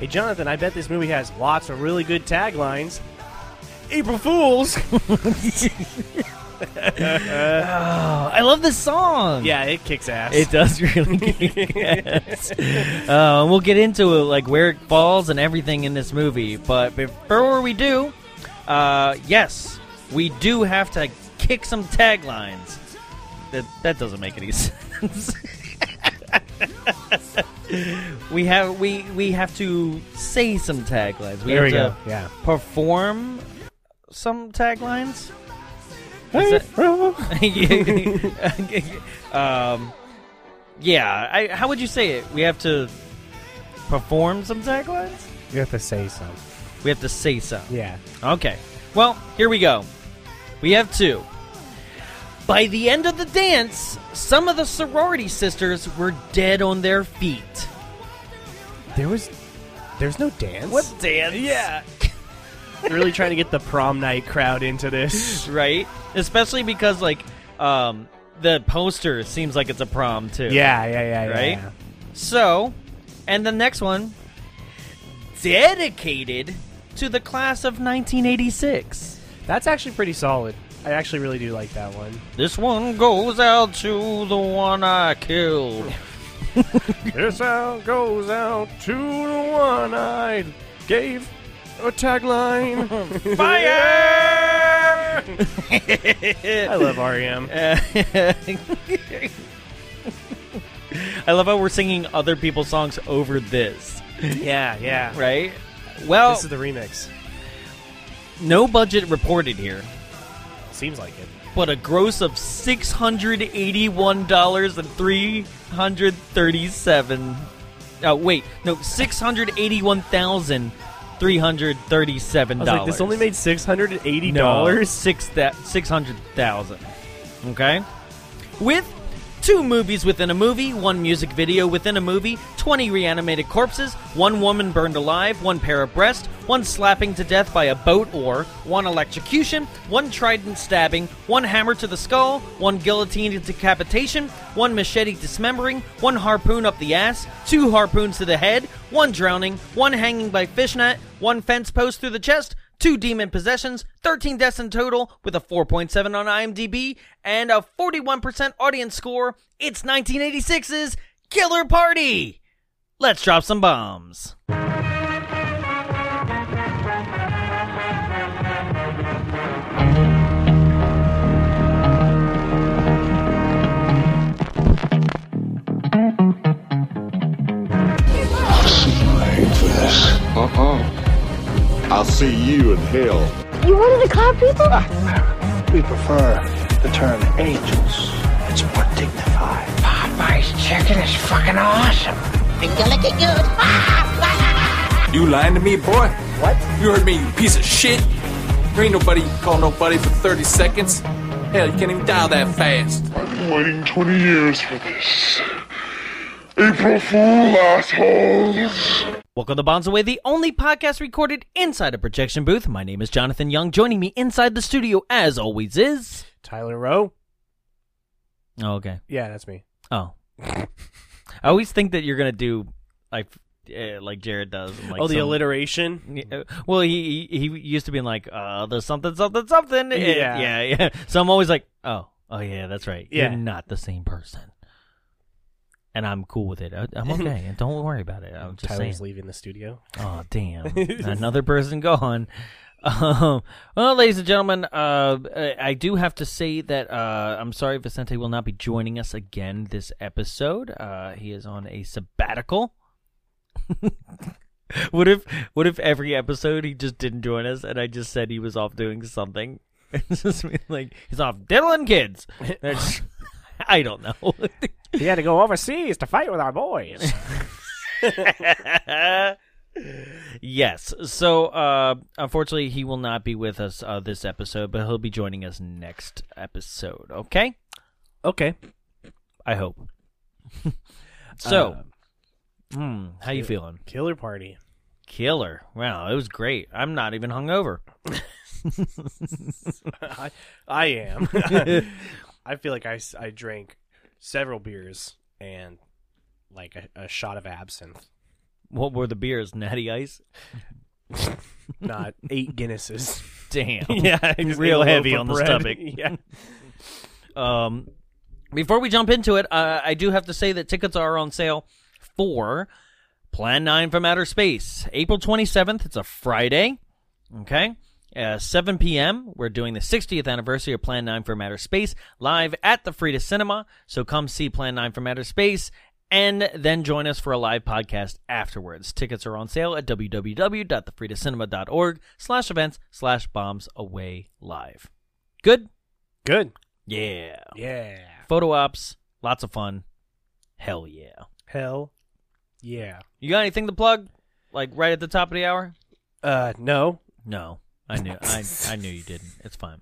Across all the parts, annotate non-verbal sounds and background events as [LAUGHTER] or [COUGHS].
Hey, Jonathan, I bet this movie has lots of really good taglines. April Fools! [LAUGHS] Oh, I love this song. yeah, it kicks ass. It does [LAUGHS] really kick ass. Uh, and we'll get into it, like where it falls and everything in this movie. But before we do, uh, yes, we do have to kick some taglines. That that doesn't make any [LAUGHS] sense. we have we we have to say some taglines. We There we have go. to Yeah. perform some taglines. April. [LAUGHS] um, yeah. I, how would you say it? We have to perform some taglines. [LAUGHS] You have to say something. We have to say something. Yeah. Okay. Well, here we go. We have two. By the end of the dance, some of the sorority sisters were dead on their feet. There was. There's no dance. dance? Yeah. [LAUGHS] really trying to get the prom night crowd into this. Right. Especially because like um, the poster seems like it's a prom too. [LAUGHS] Yeah, yeah, yeah, Right? yeah. So, and the next one, dedicated to the class of 1986. That's actually pretty solid. I actually really do like that one. This one goes out to the one I killed. This out goes out to the one I gave a [LAUGHS] tagline. Fire! I love E REM. Uh, [LAUGHS] I love how we're singing other people's songs over this, [LAUGHS] Yeah, yeah. right? Well, This is the remix. no budget reported here, Seems like it. but a gross of six hundred eighty-one dollars and three hundred thirty-seven. Oh wait, no, six hundred eighty-one thousand three hundred thirty-seven I was dollars. like, this only made six hundred and eighty no, dollars. six that six hundred thousand. Okay, with two movies within a movie, one music video within a movie, twenty reanimated corpses, one woman burned alive, one pair of breasts, one slapping to death by a boat oar, one electrocution, one trident stabbing, one hammer to the skull, one guillotine to decapitation, one machete dismembering, one harpoon up the ass, two harpoons to the head, one drowning, one hanging by fishnet, one fence post through the chest two demon possessions, 13 deaths in total, with a 4.7 on IMDb and a 41% audience score. It's 1986's Killer Party! Let's drop some bombs. Uh-uh. I'll see you in hell. You wanted to call people? We prefer the term angels. It's more dignified. Popeye's chicken is fucking awesome. Think you're looking good. Ah! You lying to me, boy? What? You heard me, you piece of shit. There ain't nobody you can call nobody for 30 seconds. Hell, you can't even dial that fast. waiting 20 years for this. April Fool, assholes! Welcome to Bonds Away, the only podcast recorded inside a projection booth. My name is Jonathan Young. Joining me inside the studio, as always, is. Tyler Rowe. Oh, okay. Yeah, that's me. Oh. [LAUGHS] I always think that you're going to do like. eh, like Jared does. and, Like oh, the some- alliteration. Yeah, well, he he he used to be like, uh, there's something, something, something. Eh, Yeah. yeah, [LAUGHS] yeah. So I'm always like, oh, oh yeah, that's right. Yeah. You're not the same person, and I'm cool with it. I, [LAUGHS] I'm okay, and don't worry about it. I'm just Tyler's saying. leaving the studio. Oh damn, another person gone. Um, well, ladies and gentlemen, uh, I- I do have to say that uh, I'm sorry Vicente will not be joining us again this episode. Uh, he is on a sabbatical. [LAUGHS] What if what if every episode he just didn't join us and I just said he was off doing something? [LAUGHS] It's just me, like he's off diddling kids. That's- I don't know. [LAUGHS] [LAUGHS] He had to go overseas to fight with our boys. yes. So uh unfortunately he will not be with us uh, this episode, but he'll be joining us next episode, okay? okay. I hope. [LAUGHS] so, Uh, hmm, how you feeling? Killer Party. Killer. Wow, it was great. I'm not even hungover. I, I [LAUGHS] am. I feel like I, s- I drank several beers and like a, a shot of absinthe. What were the beers? Natty Ice? Not [LAUGHS] eight Guinnesses. Damn. [LAUGHS] [LAUGHS] yeah, just Real ate a heavy loaf of on the bread. stomach. [LAUGHS] yeah. Um, before we jump into it, uh, I do have to say that tickets are on sale for Plan 9 from Outer Space. April 27th, it's a Friday. Okay. Uh, 7 p.m., we're doing the 60th anniversary of Plan 9 from Outer Space live at the Frida Cinema. So come see Plan 9 from Outer Space and then join us for a live podcast afterwards. Tickets are on sale at www.thefridacinema.org slash events slash bombs away live. Good? Good. Yeah Yeah. photo ops, lots of fun. Hell yeah. Hell. Yeah. You got anything to plug? Like right at the top of the hour? Uh, no. No. I knew I I knew you didn't. It's fine.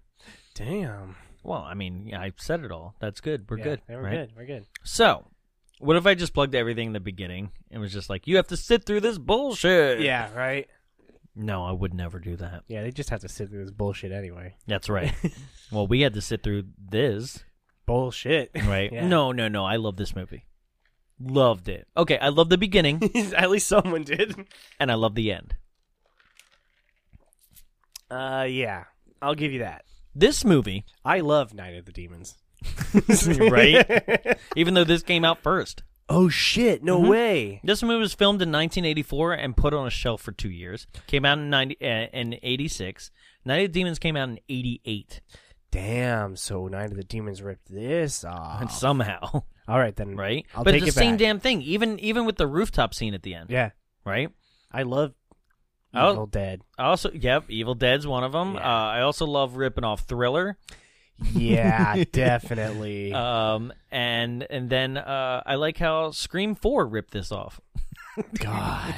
Damn. Well, I mean, I said it all. That's good. We're Yeah, good. yeah, We're right? good. We're good. So, what if I just plugged everything in the beginning and was just like, "You have to sit through this bullshit." Yeah. Right. No, I would never do that. Yeah. They just have to sit through this bullshit anyway. That's right. [LAUGHS] well, we had to sit through this, Bullshit. [LAUGHS] right? Yeah. No, no, no. I love this movie. Loved it. Okay, I love the beginning. [LAUGHS] At least someone did. and I love the end. Uh, yeah. I'll give you that. This movie, I love Night of the Demons. [LAUGHS] [LAUGHS] Right? even though this came out first, oh shit! No Mm-hmm. way. this movie was filmed in 1984 and put on a shelf for two years. Came out in 90 uh, in 86. Night of the Demons came out in 88, Damn. So Night of the Demons ripped this off. and [LAUGHS] somehow, All right then. right? I'll but take it's it the same back. damn thing. Even even with the rooftop scene at the end, Yeah. right? I love Oh. Evil Dead. I also, yep, Evil Dead's one of them. Yeah. Uh, I also love ripping off Thriller. Yeah, [LAUGHS] definitely. Um, and and then uh, I like how Scream Four ripped this off. God.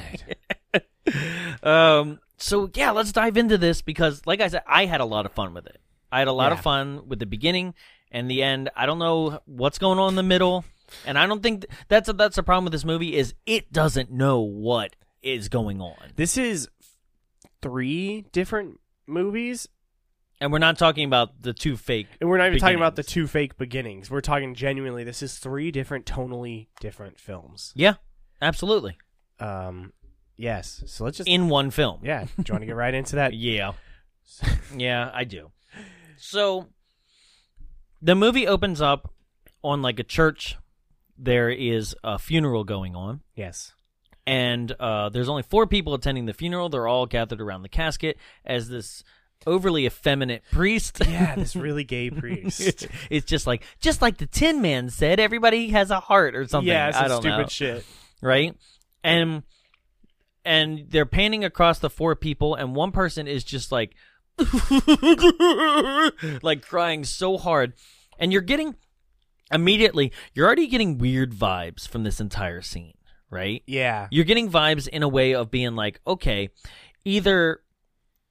[LAUGHS] Um, so yeah, let's dive into this because, like I said, I had a lot of fun with it. I had a lot of Yeah. fun with the beginning and the end. I don't know what's going on in the middle, and I don't think th- that's a, that's a problem with this movie is it doesn't know what is going on. This is three different movies, And we're not talking about the two fake. and we're not even talking about the beginnings. two fake beginnings. We're talking genuinely. This is three different, tonally different films. Yeah, absolutely. Um, yes. So let's just In one film. yeah. Do you want to get right into that? [LAUGHS] Yeah. yeah, I do. So the movie opens up on like a church. There is a funeral going on. Yes. and uh, there's only four people attending the funeral. They're all gathered around the casket as this overly effeminate priest. [LAUGHS] Yeah, this really gay priest. it's just like just like the Tin Man said, everybody has a heart or something. yeah, some I don't stupid know, shit. right? And and they're painting across the four people, and one person is just like [LAUGHS] like crying so hard, and you're getting immediately you're already getting weird vibes from this entire scene, right? Yeah. you're getting vibes in a way of being like, okay, either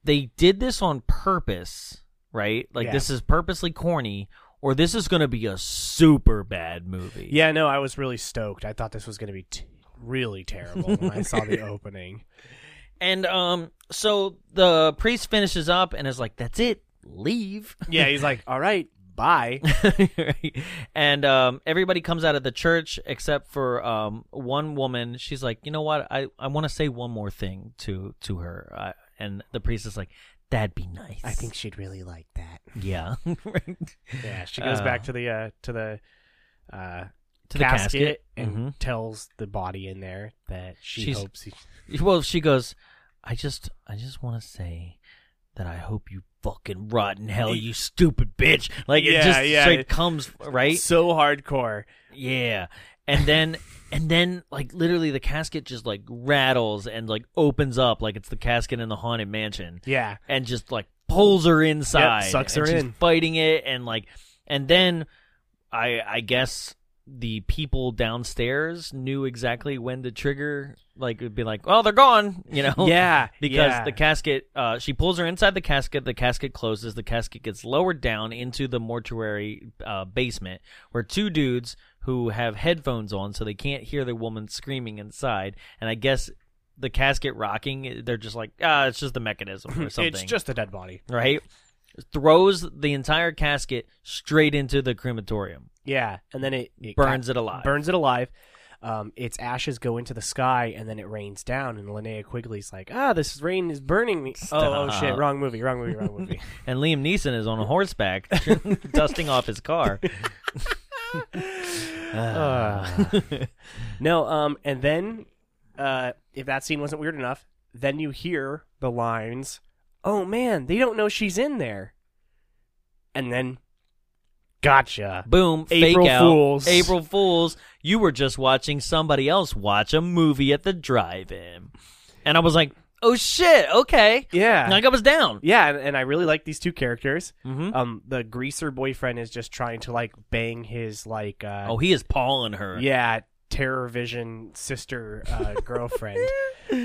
they did this on purpose, right? Like Yeah. this is purposely corny, or this is going to be a super bad movie. Yeah, no, I was really stoked. I thought this was going to be t- really terrible when I saw [LAUGHS] the opening. And um, so the priest finishes up and is like, "That's it, leave." Yeah, he's like, "All right, bye." [LAUGHS] Right? and um, everybody comes out of the church except for um, one woman. She's like, you know what? I, I want to say one more thing to to her. I, and the priest is like, that'd be nice. I think she'd really like that. yeah. [LAUGHS] Right. Yeah, she goes Uh, back to the uh, to the uh, to casket, and Mhm. tells the body in there that she She's- hopes he. Mm-hmm. Well, she goes, I just, I just want to say that I hope you fucking rot in hell, you stupid bitch. Like it Yeah, just yeah. straight comes right. So hardcore. Yeah, and then. And then, like literally, the casket just like rattles and like opens up, like it's the casket in the haunted mansion, Yeah. and just like pulls her inside, sucks and her she's in. fighting it, and like, and then I, I guess the people downstairs knew exactly when to trigger. Like, it'd be like, oh, they're gone, you know? yeah. because yeah. the casket uh, she pulls her inside the casket the casket closes the casket gets lowered down into the mortuary uh, basement where two dudes who have headphones on so they can't hear the woman screaming inside and i guess the casket rocking they're just like ah it's just the mechanism or [CLEARS THROAT] [LAUGHS] something It's just a dead body. right throws the entire casket straight into the crematorium Yeah, and then it, it Burns ca- it alive. Burns it alive. um, its ashes go into the sky and then it rains down. And Linnea Quigley's like, ah, this rain is burning me. Oh, oh shit, Stop. wrong movie, wrong movie, wrong movie. And Liam Neeson is on horseback, [LAUGHS] dusting off his car. no, um, and then uh, if that scene wasn't weird enough, then you hear the lines, oh man, they don't know she's in there. And then, gotcha. Boom! April fake out. Fools. April Fools! You were just watching somebody else watch a movie at the drive-in, and I was like, "Oh shit! Okay." Yeah. Like I was down. Yeah, and, and I really like these two characters. Mhm. Um, the greaser boyfriend is just trying to like bang his like uh, Oh, he is pawing her. yeah terror vision sister [LAUGHS] uh, girlfriend,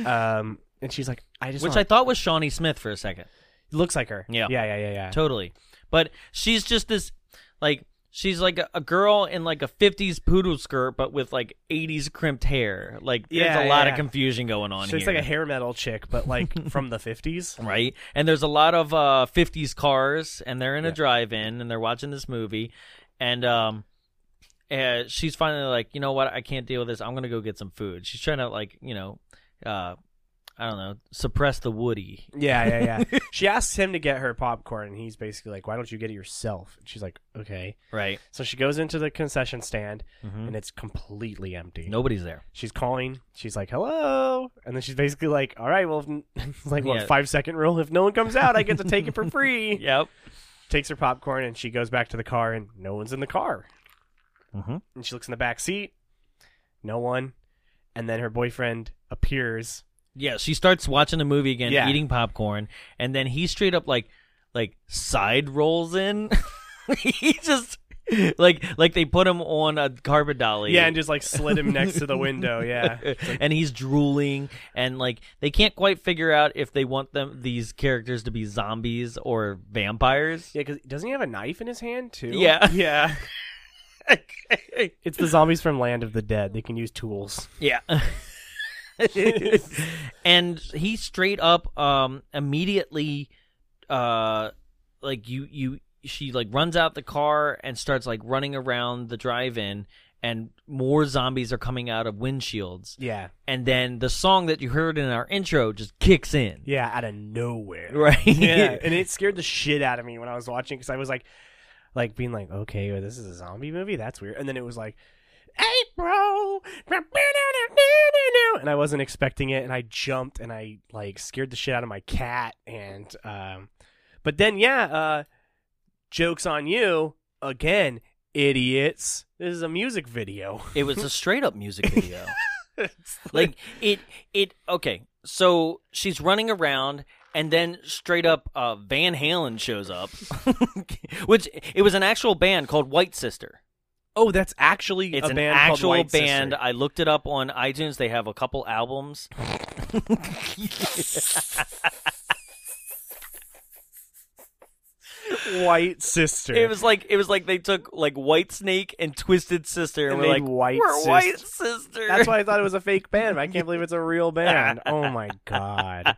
um, and she's like, I just Which I want- thought was Shawnee Smith for a second. looks like her. Yeah. yeah, yeah, yeah, yeah. Totally. But she's just this, like, she's like a, a girl in like a 50s poodle skirt, but with like 80s crimped hair. Like, Yeah, there's a yeah, lot yeah. of confusion going on so it's here. like a hair metal chick, but [LAUGHS] like from the fifties. Right, and there's a lot of uh, '50s cars, and they're in a drive-in, and they're watching this movie, and um, and she's finally like, you know what, I can't deal with this. I'm gonna go get some food. She's trying to like, you know, uh, I don't know, suppress the Woody. Yeah, yeah, [LAUGHS] yeah. she asks him to get her popcorn, and he's basically like, "Why don't you get it yourself?" And she's like, "Okay." Right, So she goes into the concession stand, Mm-hmm. and it's completely empty. nobody's there. she's calling. She's like, "Hello," and then she's basically like, "All right, well, if, [LAUGHS] it's like what Yeah. five second rule? If no one comes out, I get to take it [LAUGHS] for free." Yep. Takes her popcorn and she goes back to the car, and no one's in the car. Mhm. And she looks in the back seat, no one, and then her boyfriend appears. Yeah, she starts watching the movie again, Yeah. eating popcorn, and then he straight up like like side rolls in. [LAUGHS] he just like like they put him on a carpet dolly. Yeah, and just like slid him next to the window. Yeah, [LAUGHS] and he's drooling and like they can't quite figure out if they want them these characters to be zombies or vampires. yeah. Because doesn't he have a knife in his hand too? Yeah. yeah. it's the zombies from Land of the Dead. They can use tools. [LAUGHS] Yeah. [LAUGHS] and he straight up um immediately uh like you you she like runs out the car and starts like running around the drive-in and more zombies are coming out of windshields Yeah, and then the song that you heard in our intro just kicks in. yeah. Out of nowhere. [LAUGHS] Right? yeah, and it scared the shit out of me when I was watching because I was like, like being like, okay, well, this is a zombie movie. That's weird. And then it was like, April, and I wasn't expecting it, and I jumped and I like scared the shit out of my cat. And um, but then yeah, uh, jokes on you again, idiots. This is a music video. It was a straight [LAUGHS] up music video. like it it okay. So she's running around and then straight up uh, Van Halen shows up. [LAUGHS] Which it was an actual band called White Sister. Oh, that's actually It's a an band called actual White Sister. band. I looked it up on iTunes. They have a couple albums. White Sister. It was like it was like they took like White Snake and Twisted Sister and, And were made like White we're Sister." White [LAUGHS] Sister. That's why I thought it was a fake band. but I can't believe it's a real [LAUGHS] band. Oh my god.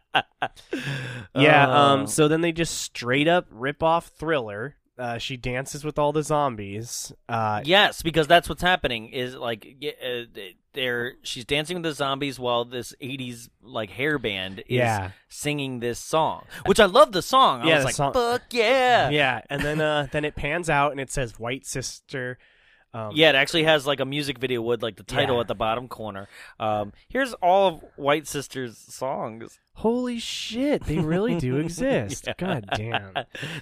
Yeah. Oh. Um. So then they just straight up rip off Thriller. Uh, she dances with all the zombies. Uh, Yes, because that's what's happening. Is like y- uh, they're she's dancing with the zombies while this '80s like hair band is Yeah. singing this song, which I love the song. I Yeah, was the like, song- "Fuck yeah!" yeah, yeah. And then uh, then it pans out and it says White Sister. Um, It actually has like a music video with like the title Yeah. at the bottom corner. Um, here's all of White Sister's songs. Holy shit! They really [LAUGHS] do exist. God damn.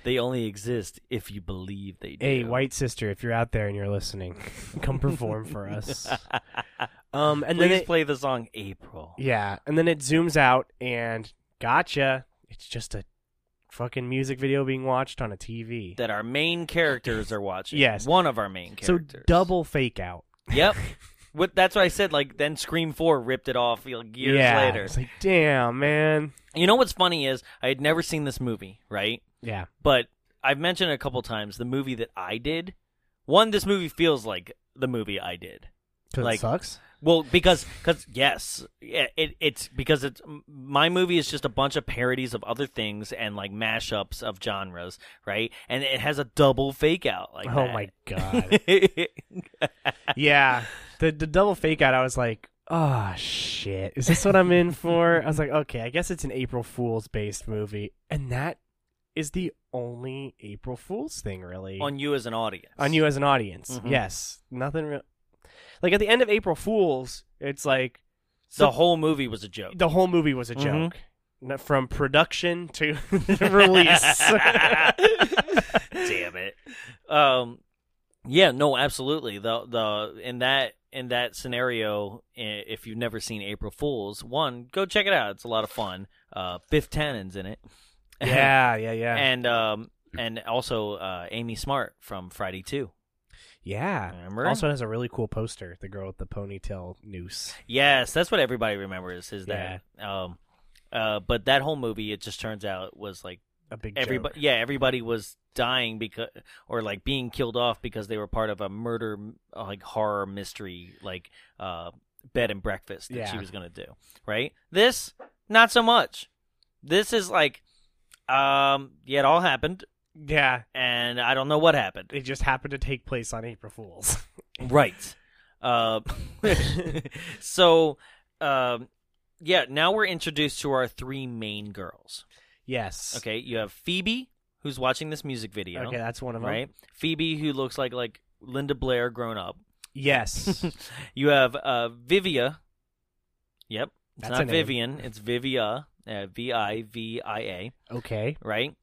they only exist if you believe they do. Hey, White Sister, if you're out there and you're listening, come perform for [LAUGHS] us. Um. And Please then it, play the song April. Yeah, and then it zooms out and gotcha. It's just a fucking music video being watched on a TV. That our main characters are watching. Yes. one of our main So characters. double fake out. Yep. What, that's what I said. Like then, Scream Four ripped it off like, years yeah. later. It's like, damn, man. You know what's funny is I had never seen this movie, right? Yeah. But I've mentioned it a couple times the movie that I did. One, this movie feels like the movie I did. Cause Like- it sucks. Well, because cause, yes, yeah, it, it's because it's my movie is just a bunch of parodies of other things and like mashups of genres, right? And [LAUGHS] it has a double fake out. Like Oh that. my god. Oh yeah. the the double fake out. I was like, oh shit, is this what I'm in for? I was like, okay, I guess it's an April Fool's based movie, and that is the only April Fool's thing really [LAUGHS] on you as an audience. on you as an audience. Mhm. Yes, nothing real. Like at the end of April Fool's, it's like the whole movie was a joke. the whole movie was a Mhm. joke N- from production to [LAUGHS] release. [LAUGHS] Damn it. Um, yeah, no, absolutely. The the in that in that scenario, i- if you've never seen April Fools, one go check it out. It's a lot of fun. Uh, Biff Tannen's in it. yeah, yeah, yeah, and um and also uh, Amy Smart from Friday Two. yeah. Remember? Also has a really cool poster. The girl with the ponytail noose. Yes, that's what everybody remembers is that. Um, uh, but that whole movie, it just turns out was like A big everybody. Yeah, everybody was dying because or like being killed off because they were part of a murder uh, like horror mystery like uh bed and breakfast that she Yeah. was gonna do. Right? This not so much. This is like, um, yeah, it all happened, joke. Yeah, and I don't know what happened. it just happened to take place on April Fools. [LAUGHS] Right. Uh, [LAUGHS] so, um, yeah, now we're introduced to our three main girls. yes. Okay, you have Phoebe, who's watching this music video. Okay, that's one of them. right? Phoebe, who looks like like Linda Blair grown up. [LAUGHS] Yes. You have uh, Vivia. Yep, it's That's a not name. Vivian. It's Vivia. Uh, v i v i a. okay. Right,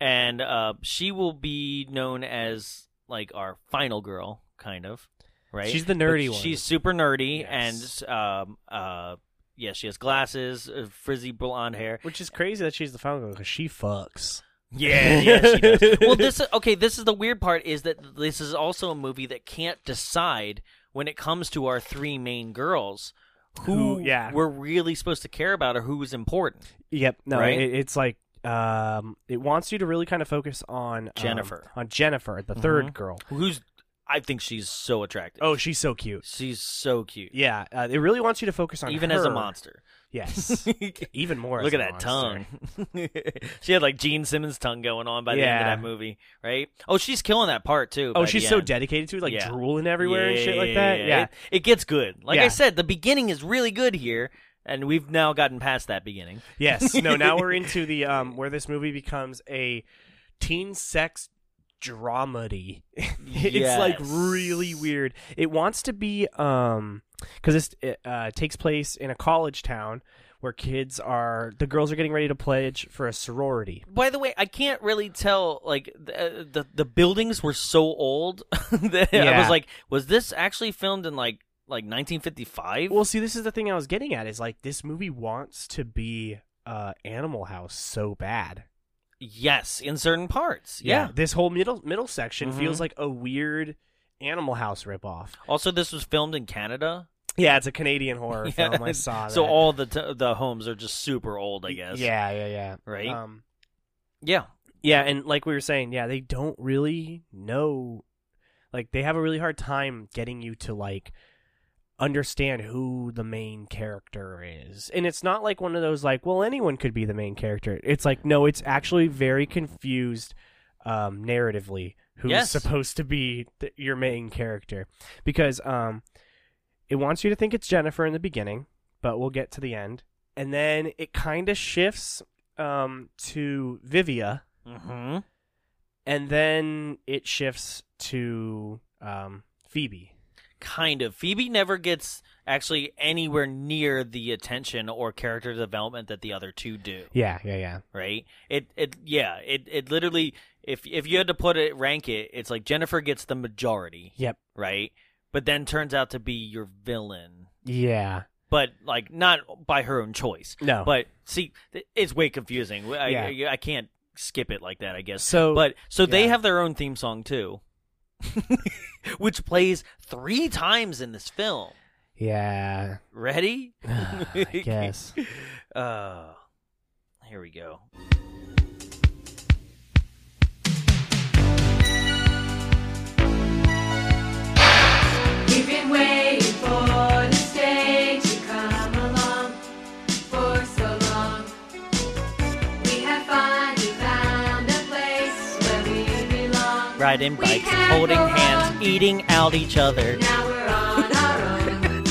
and uh, she will be known as like our final girl, kind of. Right, She's the nerdy but one. She's super nerdy, Yes. and um, uh, yeah, she has glasses, uh, frizzy blonde hair. Which is crazy that she's the final girl because she fucks. [LAUGHS] Yeah, yeah, she does. well, this is- okay. This is the weird part is that this is also a movie that can't decide when it comes to our three main girls who, Who- yeah. we're really supposed to care about or who is important. Yep. No, Right? it, it's like um, it wants you to really kind of focus on um, Jennifer. Mm-hmm. on Jennifer, the third girl. Who's I think she's so attractive. Oh, she's so cute. she's so cute. Yeah, uh, it really wants you to focus on Even as a her. [LAUGHS] monster. [LAUGHS] Yes, even more. Look as at a that monster. tongue. [LAUGHS] she had like Gene Simmons tongue going on by the end Yeah. of that movie, right? Oh, she's killing that part too. Oh, by she's the so end. dedicated to it, like Yeah. drooling everywhere and shit like that. Yeah, It, it gets good. Like I Yeah. said, the beginning is really good here, and we've now gotten past that beginning. yes. No, now we're into the um where this movie becomes a teen sex dramedy. [LAUGHS] it's like Yes. really weird. It wants to be um because this it, uh, takes place in a college town where kids are the girls are getting ready to pledge for a sorority. By the way, I can't really tell. Like the the, the buildings were so old [LAUGHS] that I was Yeah. like, was this actually filmed in like like 1955? Well, see, this is the thing I was getting at is like this movie wants to be uh Animal House so bad. yes, in certain parts. Yeah. This whole middle middle section Mhm. feels like a weird Animal House ripoff. Also, this was filmed in Canada. Yeah, it's a Canadian horror [LAUGHS] Yeah. film. I Oh, saw that. So all the t- the homes are just super old, I guess. Yeah, yeah, yeah. Right? Um, Yeah. yeah, and like we were saying, yeah, they don't really know. Like they have a really hard time getting you to like understand who the main character is. And it's not like one of those like, well, anyone could be the main character. It's like no, it's actually very confused um narratively who's Yes. supposed to be th- your main character because um it wants you to think it's Jennifer in the beginning, but we'll get to the end. And then it kind of shifts um, to Vivia, Mm-hmm. and then it shifts to um, Phoebe. kind of phoebe never gets actually anywhere near the attention or character development that the other two do Yeah, yeah, yeah. right it it yeah it it literally if if you had to put it rank it it's like jennifer gets the majority Yep. right but then turns out to be your villain Yeah. but like not by her own choice No. but see th- it's way confusing i, Yeah. I, I can't skip it like that i guess So- but so they yeah. have their own theme song too [LAUGHS] which plays three times in this film Yeah. Ready? I [LAUGHS] guess. Uh, here we go. We've been waiting for this day to come along for so long. We have finally found a place where we belong. Riding We bikes, can holding go hands, on. eating out each other. Now we're on our own.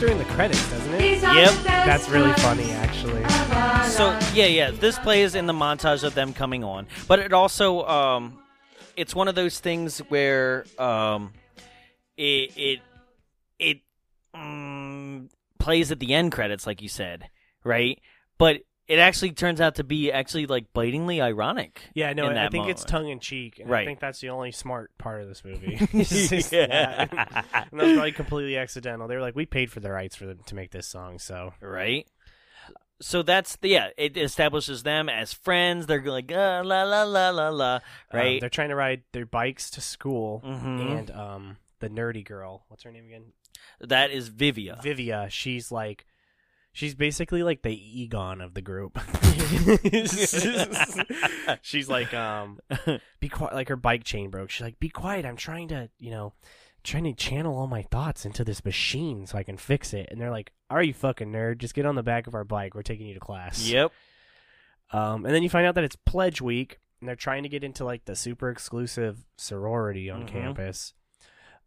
during the credits, doesn't it? Yep. That's really funny, actually. So yeah, yeah, this plays in the montage of them coming on, but it also um, it's one of those things where um, it it it mm, plays at the end credits, like you said, right? But it actually turns out to be actually like bitingly ironic. Yeah, no, in I that think it's moment. tongue in cheek. And I Right. think that's the only smart part of this [LAUGHS] movie. It's just that. [LAUGHS] Yeah. and that's probably completely accidental. They were like, we paid for the rights for them to make this song, so right? So that's the, yeah, it establishes them as friends. They're like uh, la la la la la, um, right? they're trying to ride their bikes to school, Mhm. and um, the nerdy girl, what's her name again? that is Vivia. Vivia. She's like, she's basically like the Egon of the group. she's like, um, be quiet. Like her bike chain broke. She's like, be quiet. I'm trying to, you know, trying to channel all my thoughts into this machine so I can fix it. And they're like, are you fucking nerd? Just get on the back of our bike. We're taking you to class. Yep. Um, and then you find out that it's pledge week, and they're trying to get into like the super exclusive sorority on Mhm. campus.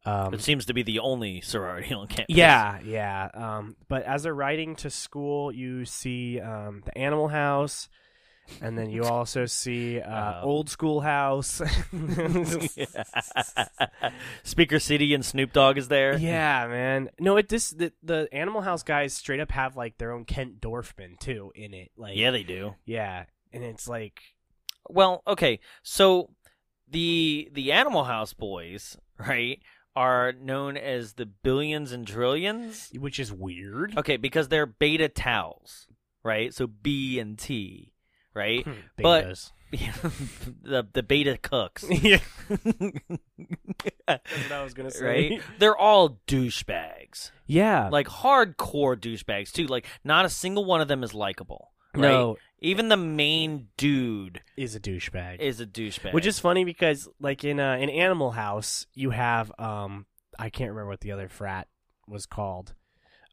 Um, It seems to be the only sorority on campus. yeah, yeah. Um, but as they're riding to school, you see um, the Animal House, and then you also see [LAUGHS] uh, Um. Old School House. [LAUGHS] [LAUGHS] Speaker City and Snoop Dogg is there. yeah, man. No, it this the, the Animal House guys straight up have like their own Kent Dorfman too in it. Like, Yeah, they do. yeah, and it's like Well, okay. So the the Animal House boys, right, are known as the billions and trillions. which is weird. Okay, because they're beta towels, right? So B and T, right? Hmm, but- Betas. [LAUGHS] [LAUGHS] the the beta cooks. yeah, that's what I was gonna say. right? They're all douchebags. Yeah, Like hardcore douchebags too. Like not a single one of them is likable. Right? no, Even the main dude is a douchebag. is a douchebag. Which is funny because like in uh, in Animal House, you have um I can't remember what the other frat was called.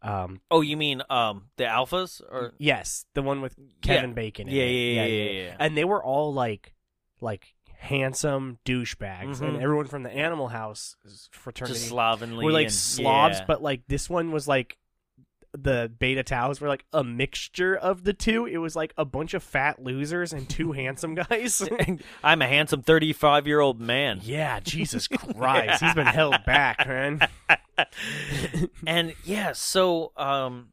Um Oh, you mean um the alphas or yes, the one with Kevin Bacon in Yeah, it. yeah, yeah, yeah, yeah. And they were all like like handsome douchebags and Mhm. everyone from the Animal House fraternity just slovenly? were like and- slobs, yeah. but like this one was like the beta tau's were like a mixture of the two. It was like a bunch of fat losers and two [LAUGHS] handsome [LAUGHS] guys. I'm a handsome 35 year old man. [LAUGHS] yeah, Jesus Christ. He's been held back, man. and yeah, so um,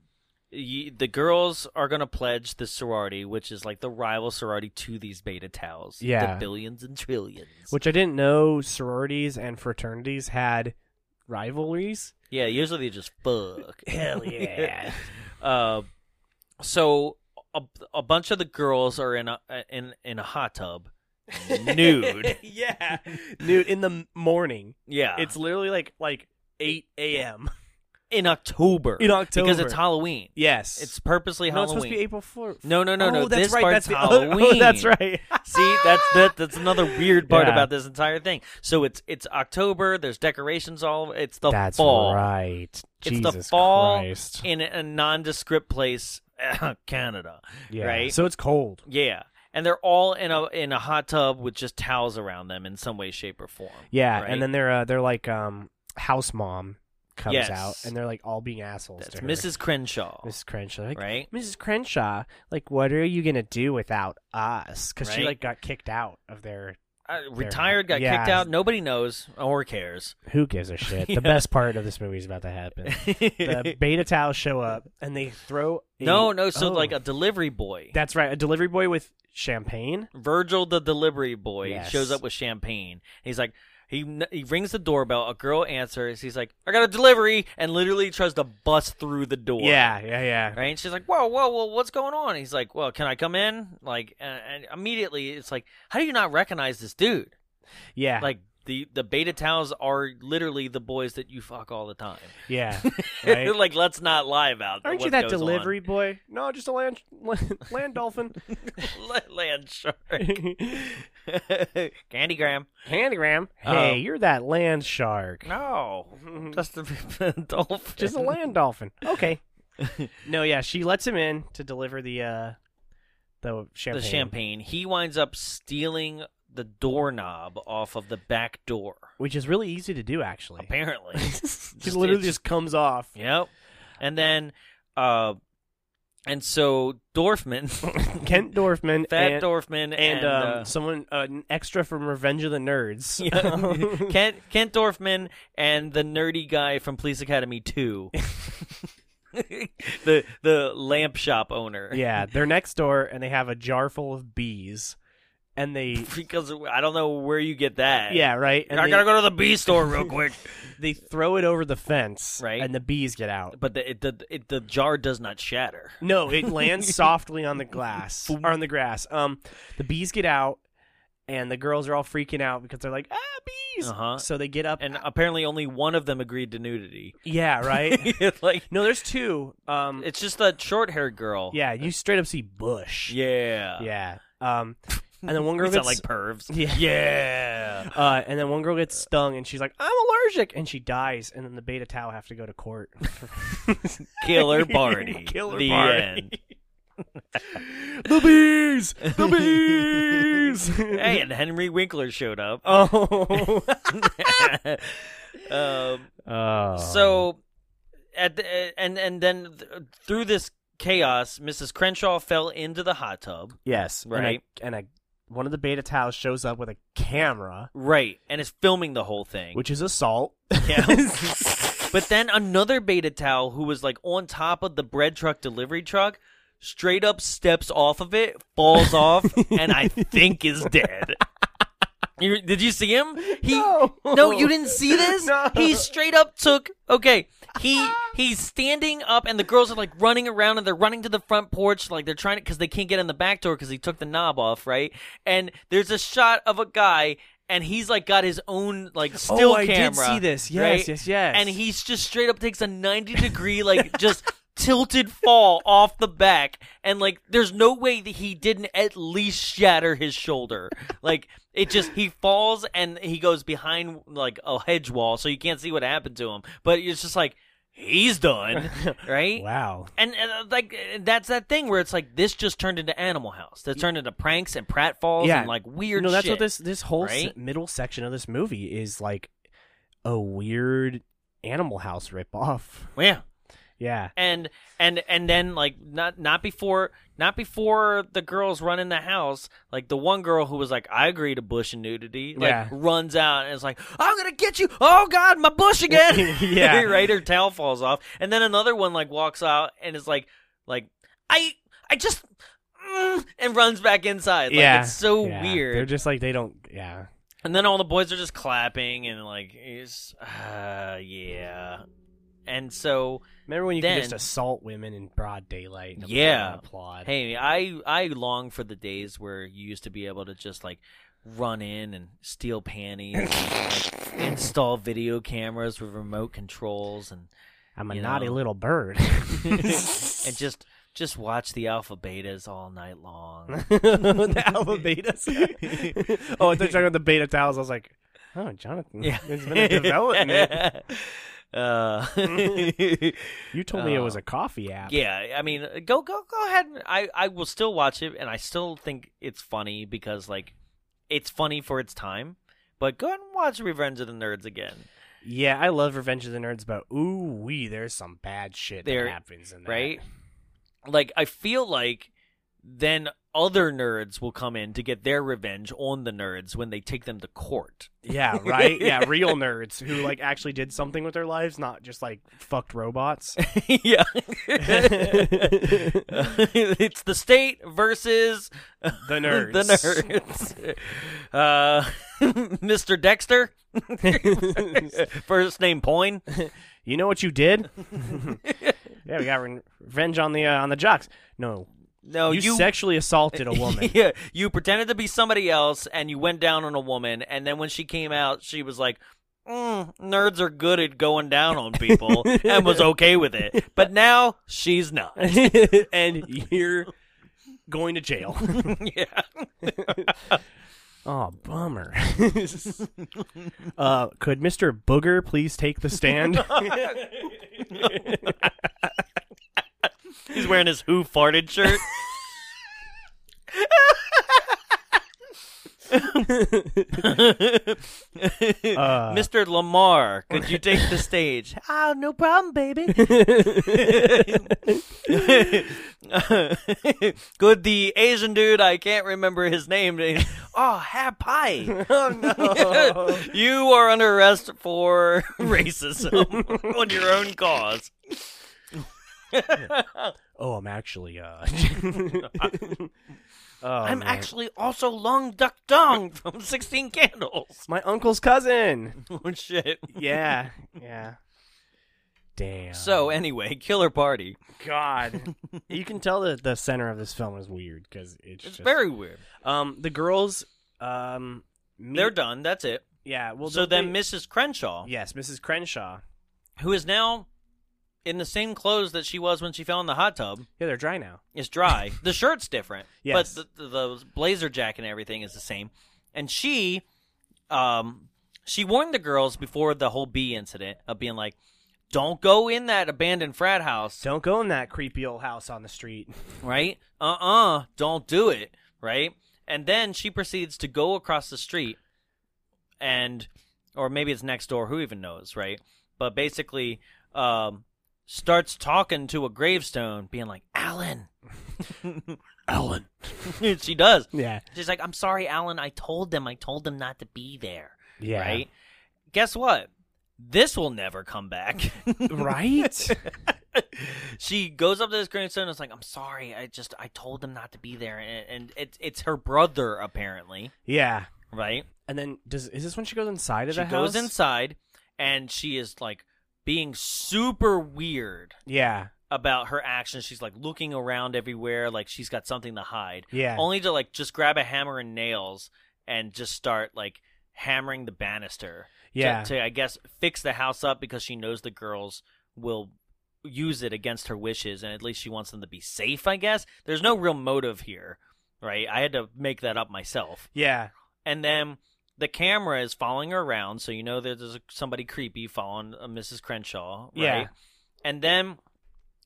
y the girls are gonna pledge the sorority, which is like the rival sorority to these beta towels. Yeah. the billions and trillions. [LAUGHS] Which I didn't know sororities and fraternities had rivalries. yeah, usually they just fuck. [LAUGHS] Hell [LAUGHS] yeah. Uh, so a, a bunch of the girls are in a in in a hot tub, nude. [LAUGHS] Ah. yeah. Nude in the m- morning. Yeah, It's literally like like 8 a.m. in October. In October. because it's Halloween. Yes. It's purposely no, it's Halloween. supposed to be April 4th. No, no, no, oh, no. That's This right. that's part's the other- [LAUGHS] Halloween. Oh, that's [LAUGHS] right. See, that's that, that's another weird part Yeah. about this entire thing. So it's it's October. There's decorations all. It's the that's fall. right. It's Jesus the fall Christ. in a nondescript place, [COUGHS] Canada. yeah. right? So it's cold. Yeah, and they're all in a in a hot tub with just towels around them in some way, shape, or form. Yeah, right? and then they're uh, they're like um house mom comes Yes. out and they're like all being assholes that's to her. Mrs. Crenshaw, Mrs. Crenshaw. Like, [LAUGHS] right? Mrs. Crenshaw, like, what are you gonna do without us? Because she Right. like got kicked out of their. Uh, retired, got Yeah. kicked out. Nobody knows or cares. Who gives a [LAUGHS] shit? Yeah. The best part of this movie is about to happen. [LAUGHS] the beta towels show up and they throw. A, [LAUGHS] no, no. So Oh. like a delivery boy. That's right, a delivery boy with champagne. Virgil the delivery boy Yes. shows up with champagne. He's like he kn- he rings the doorbell. A girl answers. He's like, "I got a delivery," and literally tries to bust through the door. Yeah, yeah, yeah. Right? And she's like, "Whoa, whoa, whoa! What's going on?" he's like, "Well, can I come in?" Like, and, and immediately it's like, "How do you not recognize this dude?" Yeah, Like the the beta towels are literally the boys that you fuck all the time. [LAUGHS] yeah. Right? like, let's not lie about. Aren't you what that goes on. [LAUGHS] delivery boy? No, just a land [LAUGHS] land dolphin. land [LAUGHS] shark? Candy Graham. Handygram. Hey, Um, you're that land shark. Mm-hmm. No, [LAUGHS] just a dolphin. [LAUGHS] Just a land dolphin. Okay. no, yeah, she lets him in to deliver the uh the The champagne. champagne. He winds up stealing the doorknob off of the back door. Which is really easy to do actually. [LAUGHS] Apparently, It literally it's- just comes off. Yep. And then, uh, and so Dorfman, [LAUGHS] [LAUGHS] Kent Dorfman, Fat and, Dorfman, and, and um, uh, someone uh, an extra from Revenge of the Nerds. [LAUGHS] yeah, Kent Kent Dorfman and the nerdy guy from Police [LAUGHS] Academy Two, the the lamp shop owner. [LAUGHS] yeah, they're next door and they have a jar full of bees, and [LAUGHS] they [LAUGHS] because I don't know where you get that. yeah right. And I they, gotta go to the B store real quick. [LAUGHS] they throw it over the fence, Right. And the bees get out. but the it, the it, the jar does not shatter. No, it lands [LAUGHS] softly on the glass or on the grass. Um, the bees get out, and the girls are all freaking out because they're like, ah, bees. Uh-huh. So they get up And apparently, only one of them agreed to nudity. [LAUGHS] yeah, right. [LAUGHS] It's like no, there's two. Um, it's just that short haired girl. yeah, you straight up see bush. yeah, yeah. Um, and then [LAUGHS] one girl It's gets not like pervs. Yeah. [LAUGHS] [LAUGHS] Uh, and then one girl gets stung, and she's like, "I'm allergic," and she dies. And then the Beta Tau have to go to [LAUGHS] court. [LAUGHS] Killer Barney. Killer the Barney. End. the bees, the bees. [LAUGHS] Hey, and Henry Winkler showed up. [LAUGHS] Oh. um, oh. so at the, and and then th- through this chaos, Mrs. Crenshaw fell into the hot tub. yes, Right. And, a, and a, one of the Beta Tau shows up with a camera, Right, and is filming the whole thing. which is assault. [LAUGHS] Yeah. but then another beta towel who was like on top of the bread truck delivery truck straight up steps off of it, falls off, [LAUGHS] and I think is dead. You, did you see him? He No. No, you didn't see [LAUGHS] this? No. He straight up took okay. He he's standing up and the girls are like running around and they're running to the front porch like they're trying to cuz they can't get in the back door cuz he took the knob off, right? And there's a shot of a guy and he's like got his own like still Oh, I did camera. see this. Yes, right? yes, yes. And he's just straight up takes a 90 degree like [LAUGHS] just tilted fall off the back and like there's no way that he didn't at least shatter his shoulder. Like it just he falls and he goes behind like a hedge wall so you can't see what happened to him. But it's just like [LAUGHS] he's done, right? Wow. And, and uh, like uh, that's that thing where it's like this just turned into Animal House. That turned into pranks and pratfalls Yeah. and like weird. no, that's shit. what this this whole se- right? middle section of this movie is like a weird Animal House ripoff. Yeah, Yeah. and and and then like not not before not before the girls run in the house like the one girl who was like i agree to bush and nudity like Yeah. runs out and is like i'm gonna get you oh god my bush again [LAUGHS] Yeah. [LAUGHS] right her towel falls off and then another one like walks out and is like like i i just mm, and runs back inside like yeah. it's so Yeah. weird They're just like they don't. Yeah. and then all the boys are just clapping and like it's uh yeah and so Remember when you Then- could just assault women in broad daylight? And Yeah. Applaud. Hey, I I long for the days where you used to be able to just like run in and steal [LAUGHS] panties, and, like, install video cameras with remote controls, and I'm a you naughty know. little [LAUGHS] bird. and just just watch the alpha betas all night long. [LAUGHS] the alpha [LAUGHS] betas. oh, I thought you were talking about the beta towels. I was like, oh, Jonathan, there's been a [LAUGHS] development. Uh, [LAUGHS] you told me it was Oh. a coffee app. yeah, I mean, go go go ahead. and- I I will still watch it, and I still think it's funny because like it's funny for its time. But go ahead and watch Revenge of the Nerds again. Yeah, I love Revenge of the Nerds, but ooh wee, there's some bad shit There- that happens in that. right? Like I feel like then other nerds will come in to get their revenge on the nerds when they take them to court. [LAUGHS] Yeah, right. Yeah, [LAUGHS] real nerds who like actually did something with their lives, not just like fucked [LAUGHS] robots. yeah. it's the state versus The nerds. the nerds. Uh, [LAUGHS] Mr. Dexter. First name Poin. You know what you [LAUGHS] did? yeah, we got re- revenge on the uh, on the jocks. No, No, Oh, you, sexually assaulted a woman. [LAUGHS] Yeah, you pretended to be somebody else, and you went down on a woman, and then when she came out, she was like, mm, "Nerds are good at going down on people," and was okay with it. But now she's not. [LAUGHS] [LAUGHS] and you're going to [LAUGHS] jail. yeah, oh, [LAUGHS] bummer. uh, could Mr. Booger please take the [LAUGHS] stand? he's wearing his [LAUGHS] "Who farted" shirt. Mr. Lamar, could you take the stage? [LAUGHS] oh, no problem, baby. [LAUGHS] could the Asian dude, I can't remember his name, oh, have [LAUGHS] pie. Oh, no. you are under arrest for [LAUGHS] racism [LAUGHS] on your own cause. oh, I'm actually uh [LAUGHS] I'm actually also Long Duck Dong from [LAUGHS] 16 Candles. my uncle's cousin. Oh, shit. Yeah. Yeah. Damn. So, anyway, Killer Party. [LAUGHS] God, you can tell that the center of this film is weird because it's, It's just- very weird. um the girls um meet- They're done. That's it. yeah well so they- then Mrs. Crenshaw, yes Mrs Crenshaw who is now in the same clothes that she was when she fell in the hot tub, yeah they're dry now [LAUGHS] is dry. the shirt's different, Yes. but the, the, the blazer jacket and everything is the same. And she, um, she warned the girls before the whole bee incident of being like, "Don't go in that abandoned frat house." don't go in that creepy old house on the street [LAUGHS] right? Uh uh-uh, uh, do not do it, right? And then she proceeds to go across the street and, or maybe it's next door, who even knows, right? But basically, um, starts talking to a gravestone, being like, [LAUGHS] Alan. Ellen [LAUGHS] she does. yeah She's like, I'm sorry, Alan, I told them, I told them not to be there, yeah right? Guess what? This will never [LAUGHS] come back. right she goes up to this gravestone and is like, "I'm sorry, I just I told them not to be there," and, and it's it's her brother apparently, [LAUGHS] yeah right? and then does is this when she goes inside of She the house goes inside, and she is like being super weird yeah about her actions. She's like looking around everywhere, like she's got something to hide, yeah only to like just grab a hammer and nails and just start like hammering the banister. to- yeah to, I guess fix the house up because she knows the girls will use it against her wishes, and at least she wants them to be safe. I guess there's no real motive here, right? I had to make that up myself. yeah And then the camera is following her around, so you know that there's a, somebody creepy following uh, Mrs. Crenshaw, right? Yeah. And then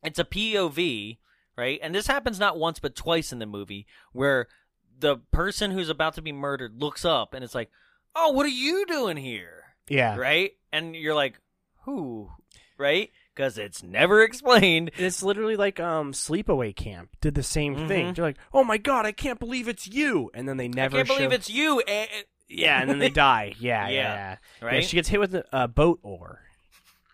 it's a POV, right? And this happens not once but twice in the movie where the person who's about to be murdered looks up and it's like, "Oh, what are you doing here?" yeah right? And you're like, who, right? Because it's never explained. It's literally like um sleepaway camp did the same thing. Mhm. They're like, "Oh my god, I can't believe it's you," and then they never. I can't believe show- it's you. eh, eh, [LAUGHS] Yeah, and then [LAUGHS] they die. Yeah, yeah. Yeah, yeah. Yeah, right? she gets hit with a a boat oar. [LAUGHS]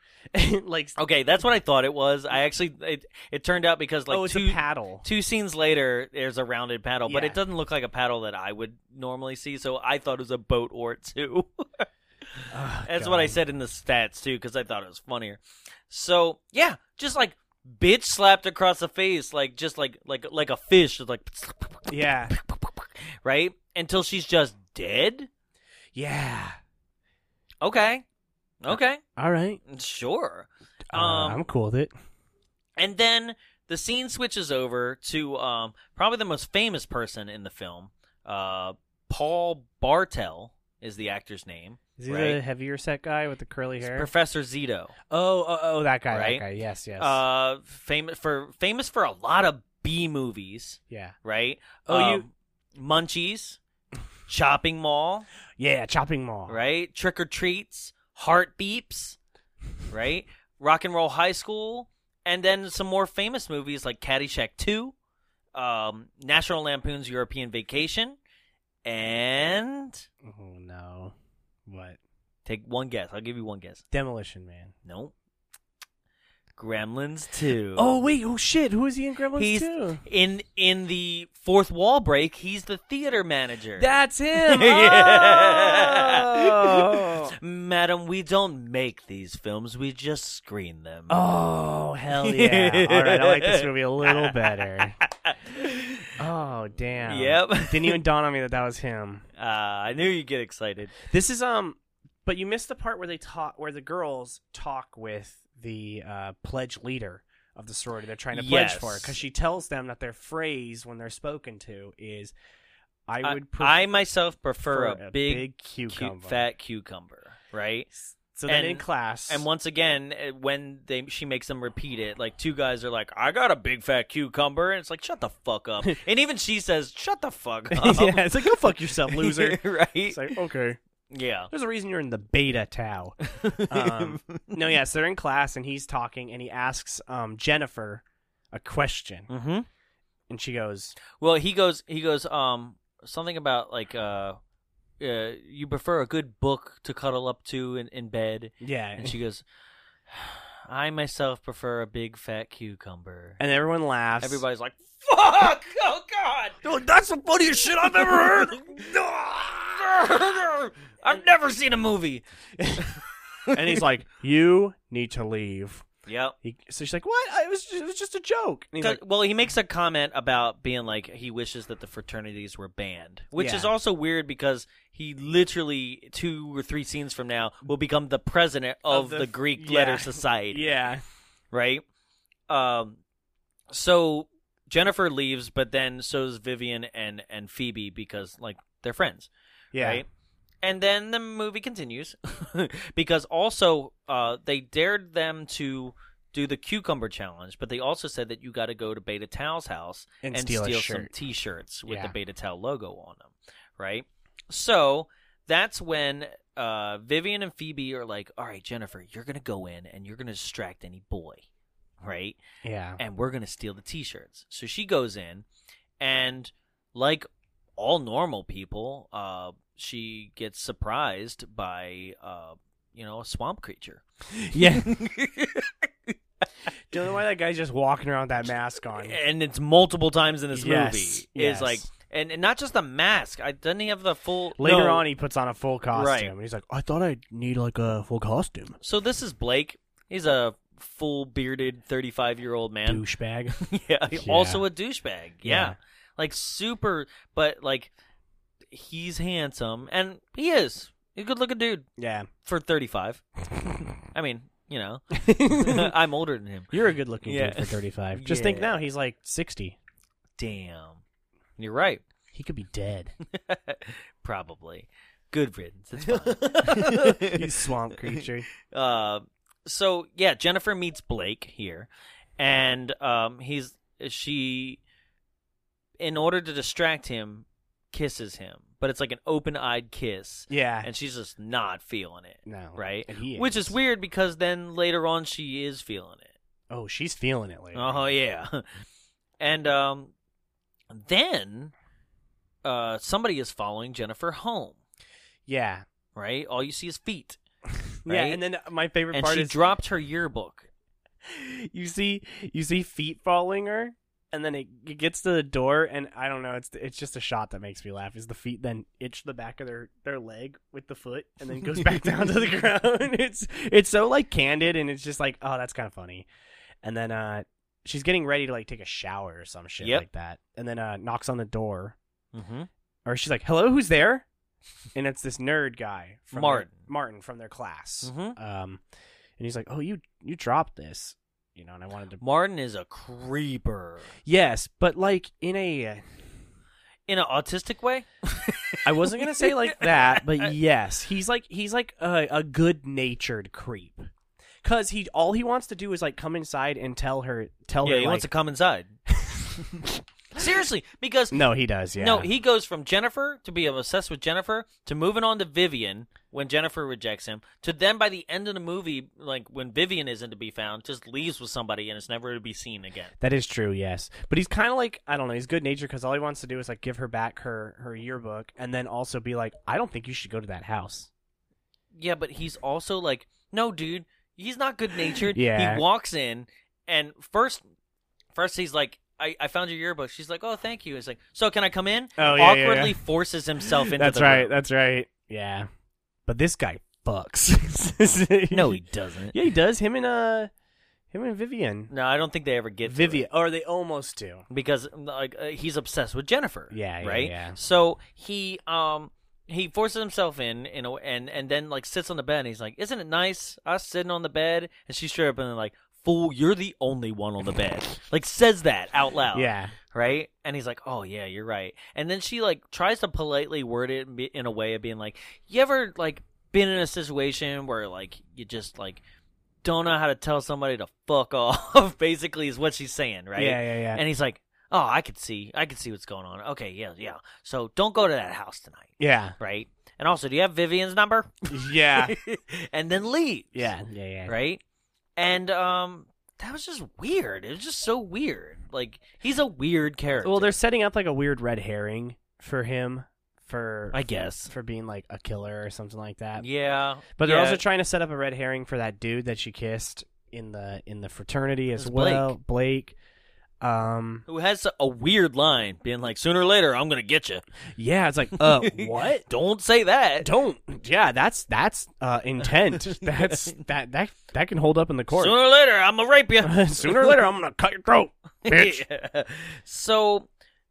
like, okay, that's what I thought it was. I actually, it, it turned out because like oh, it's two a paddle. two scenes later, there's a rounded paddle, but Yeah. it doesn't look like a paddle that I would normally see. So I thought it was a boat or two. [LAUGHS] That's what I said in the stats too, because I thought it was funnier. So yeah, just like bitch slapped across the face, like just like like like a fish, just like Yeah, [LAUGHS] right until she's just dead. yeah. Okay. Okay. All right, Sure. Uh, Um, I'm cool with it. And then the scene switches over to um, probably the most famous person in the film. Uh, Paul Bartel is the actor's name. Is he the right? heavier set guy with the curly It's hair? Professor Zito. oh, oh, oh, that guy, Right? that guy. Yes, yes. Uh, famous for famous for a lot of B movies, yeah, right? Oh, you- you Munchies, Chopping Mall, yeah. Chopping mall. right? Trick or Treats, Heartbeeps, right? Rock and Roll High School, and then some more famous movies like Caddyshack 2, um, National Lampoon's European Vacation, and Oh no, what? take one guess. I'll give you one guess. Demolition Man. Nope. Gremlins 2. Oh wait, oh shit, who is he in Gremlins he's too? in in the fourth wall break. He's the theater manager. [LAUGHS] That's him. Yeah. Oh. Madam, we don't make these films. We just screen them. Oh, [LAUGHS] hell yeah. All right, I like this movie a little better. Oh, damn. Yep. Didn't even dawn on me that that was him. Uh, I knew you'd get excited. This is um but you missed the part where they talk where the girls talk with the uh pledge leader of the sorority they're trying to pledge for Yes. cuz she tells them that their phrase when they're spoken to is I I, would I myself prefer a, prefer big, big cu- cucumber. fat cucumber, right? So then And- in class, [LAUGHS] And once again, eh, when they she makes them repeat it, like two guys are like, "I got a big fat cucumber," and it's like, "Shut the [LAUGHS] fuck up!" and even she says, "Shut the fuck up." yeah, it's like go fuck yourself, loser. uh, [LAUGHS] right? it's like okay. yeah. There's a reason you're in the beta [LAUGHS] tau. Um, no, yes, they're in class and he's talking and he asks um, Jennifer a question Mm-hmm. and she goes, Well, he goes. He goes. Um, something about like uh, uh, you prefer a good book to cuddle up to in, in bed, "Yeah." and [LAUGHS] she goes, "I myself prefer a big fat cucumber." and everyone laughs. Everybody's like, "Fuck! [LAUGHS] Oh God!" that's the funniest shit I've ever [LAUGHS] heard. I've never seen a movie. and he's like, "You need to leave." Yep. He, so she's like, "What? I- It was just, it was just a joke." And he's like, Because- well, he makes a comment about being like he wishes that the fraternities were banned, which is Yeah. also weird because he literally two or three scenes from now will become the president of, Of the, the- Greek yeah. Letter Society, "Yeah." right? Um, so Jennifer leaves, but then so's Vivian and and Phoebe because like they're friends, Yeah. right? And then the movie continues [LAUGHS] because also uh, they dared them to do the cucumber challenge, but they also said that you got to go to Beta Tau's house And steal a some shirt. T-shirts with the Yeah. Beta Tau logo on them, right? So that's when uh, Vivian and Phoebe are like, "All right, Jennifer, you're gonna go in and you're gonna distract any boy, right? [LAUGHS] Yeah. and we're going to steal the t-shirts. So she goes in and like all normal people, uh she gets surprised by uh you know, a swamp creature. [LAUGHS] Yeah. Do you know why that guy's just walking around with that mask on? And it's multiple times in this Yes, movie. Is yes. like and, and not just the mask. I doesn't he have the full Later No. on, he puts on a full costume, Right. and he's like, "I thought I'd need like a full costume." So this is Blake. He's a full bearded 35 year old man. Douchebag. [LAUGHS] yeah, Yeah. also a douchebag. Yeah. Yeah. like super, but like he's handsome, and he is. He's a good-looking dude yeah, [LAUGHS] for thirty-five. I mean, you know, [LAUGHS] I'm older than him. you're a good-looking Yeah. dude for 35. [LAUGHS] Just think Yeah. now, he's like 60. Damn, you're right. He could be [LAUGHS] dead. Probably. Good riddance. It's [LAUGHS] fine. you swamp creature. Uh, so yeah, Jennifer meets Blake here, and um, he's she, in order to distract him, kisses him, but it's like an open-eyed kiss, Yeah. and she's just not feeling it, no. right? And he Which is weird because then later on she is feeling it. Oh, she's feeling it later. Oh yeah, [LAUGHS] and um, then uh, somebody is following Jennifer home, Yeah. right? All you see is feet, [LAUGHS] Yeah, Right? and then my favorite and part she is dropped her yearbook. you see you see feet following her and then it, it gets to the door and i don't know it's it's just a shot that makes me laugh is the feet then itch the back of their their leg with the foot and then goes back down to [LAUGHS] the ground [LAUGHS] it's it's so like candid and it's just like oh that's kind of funny and then uh she's getting ready to like take a shower or some shit Yep. like that and then uh knocks on the door Mm-hmm. or she's like hello who's there and it's this nerd guy from their- Martin. martin from their class Mhm. um and he's like oh you you dropped this you know and i wanted to Martin is a creeper Yes, but like in a, in an autistic way. I wasn't gonna say like that, [LAUGHS] but yes, he's like he's like a, a good natured creep, cause he all he wants to do is like come inside and tell her tell yeah, her he Oh, like, wants to [LAUGHS] come inside. Seriously, because no he does yeah no, he goes from Jennifer to be obsessed with Jennifer to moving on to Vivian when Jennifer rejects him to then by the end of the movie, like when Vivian isn't to be found, just leaves with somebody and is never to be seen again. that is true yes but he's kind of like I don't know he's good natured cause all he wants to do is like give her back her her yearbook and then also be like I don't think you should go to that house Yeah, but he's also like, no, dude, he's not good [LAUGHS] natured. Yeah. He walks in and first, first he's like, I, I found your yearbook. She's like, oh, thank you. It's like, so can I come in? Oh, yeah, yeah, yeah. Awkwardly [LAUGHS] forces himself into that's the right room. that's right yeah but this guy fucks [LAUGHS] No, he doesn't. yeah he does him and uh him and Vivian [LAUGHS] No, I don't think they ever get to Vivian, it. or they almost do. because like uh, he's obsessed with Jennifer. Yeah, yeah, right. yeah. So he um he forces himself in you know and and then like sits on the bed and he's like, "Isn't it nice us sitting on the bed?" And she's straight up and like, "Fool, you're the only one on [LAUGHS] the bed." like says that out loud. Yeah, Right? And he's like, "Oh yeah, you're right." And then she like tries to politely word it in a way of being like, "You ever like." been in a situation where like you just like don't know how to tell somebody to fuck [LAUGHS] off. basically, is what she's saying, right? Yeah, yeah, yeah. And he's like, "Oh, I could see, I could see what's going on. Okay, yeah, yeah. So don't go to that house tonight, yeah. right? And also, do you have Vivian's number? [LAUGHS] [LAUGHS] Yeah. and then leave. Yeah. Yeah. Yeah. right? And um, that was just weird. It was just so weird. Like he's a weird character. Well, they're setting up like a weird red herring for him for I guess. for being like a killer or something like that. Yeah, But they're yeah. also trying to set up a red herring for that dude that she kissed in the in the fraternity as It's well, Blake. Um who has a weird line, being like, "Sooner or later, I'm gonna get you." yeah, [LAUGHS] it's like uh what? Don't say that. Don't. Yeah, that's that's uh [LAUGHS] intent. That's that that that can hold up in the court. Sooner or later, I'm gonna rape you. [LAUGHS] Sooner or later I'm going to cut your [LAUGHS] throat, bitch. [LAUGHS] Yeah. So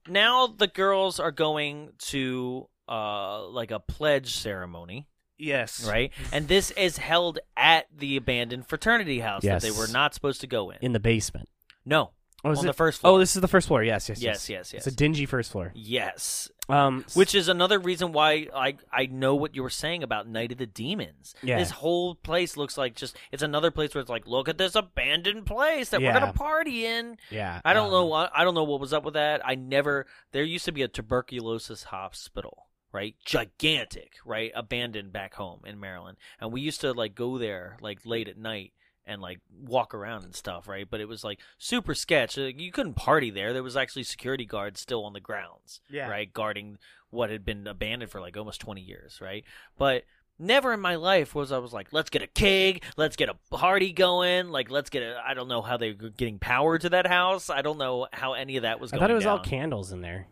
now the girls are going to uh like a pledge ceremony, yes. right? And this is held at the abandoned fraternity house Yes. that they were not supposed to go in. In the basement. no, Oh, is on it- the first Oh, floor. this is the first floor. Yes, yes, yes. Yes, yes, yes. It's a dingy first floor. yes. Um Which is another reason why I I know what you were saying about Night of the Demons. Yeah. This whole place looks like just it's another place where it's like, look at this abandoned place that Yeah. we're gonna party in. yeah. I don't um, know. I I don't know what was up with that. I never. There used to be a tuberculosis hospital, right? Gigantic, right? Abandoned back home in Maryland, and we used to like go there like late at night and like walk around and stuff, right? But it was like super sketch. Like, you couldn't party there. There was actually security guards still on the grounds, Yeah. right, guarding what had been abandoned for like almost twenty years, right? But never in my life was I was like, let's get a keg, let's get a party going, like let's get a. I don't know how they were getting power to that house. I don't know how any of that was. I Going thought it was all down. candles in there.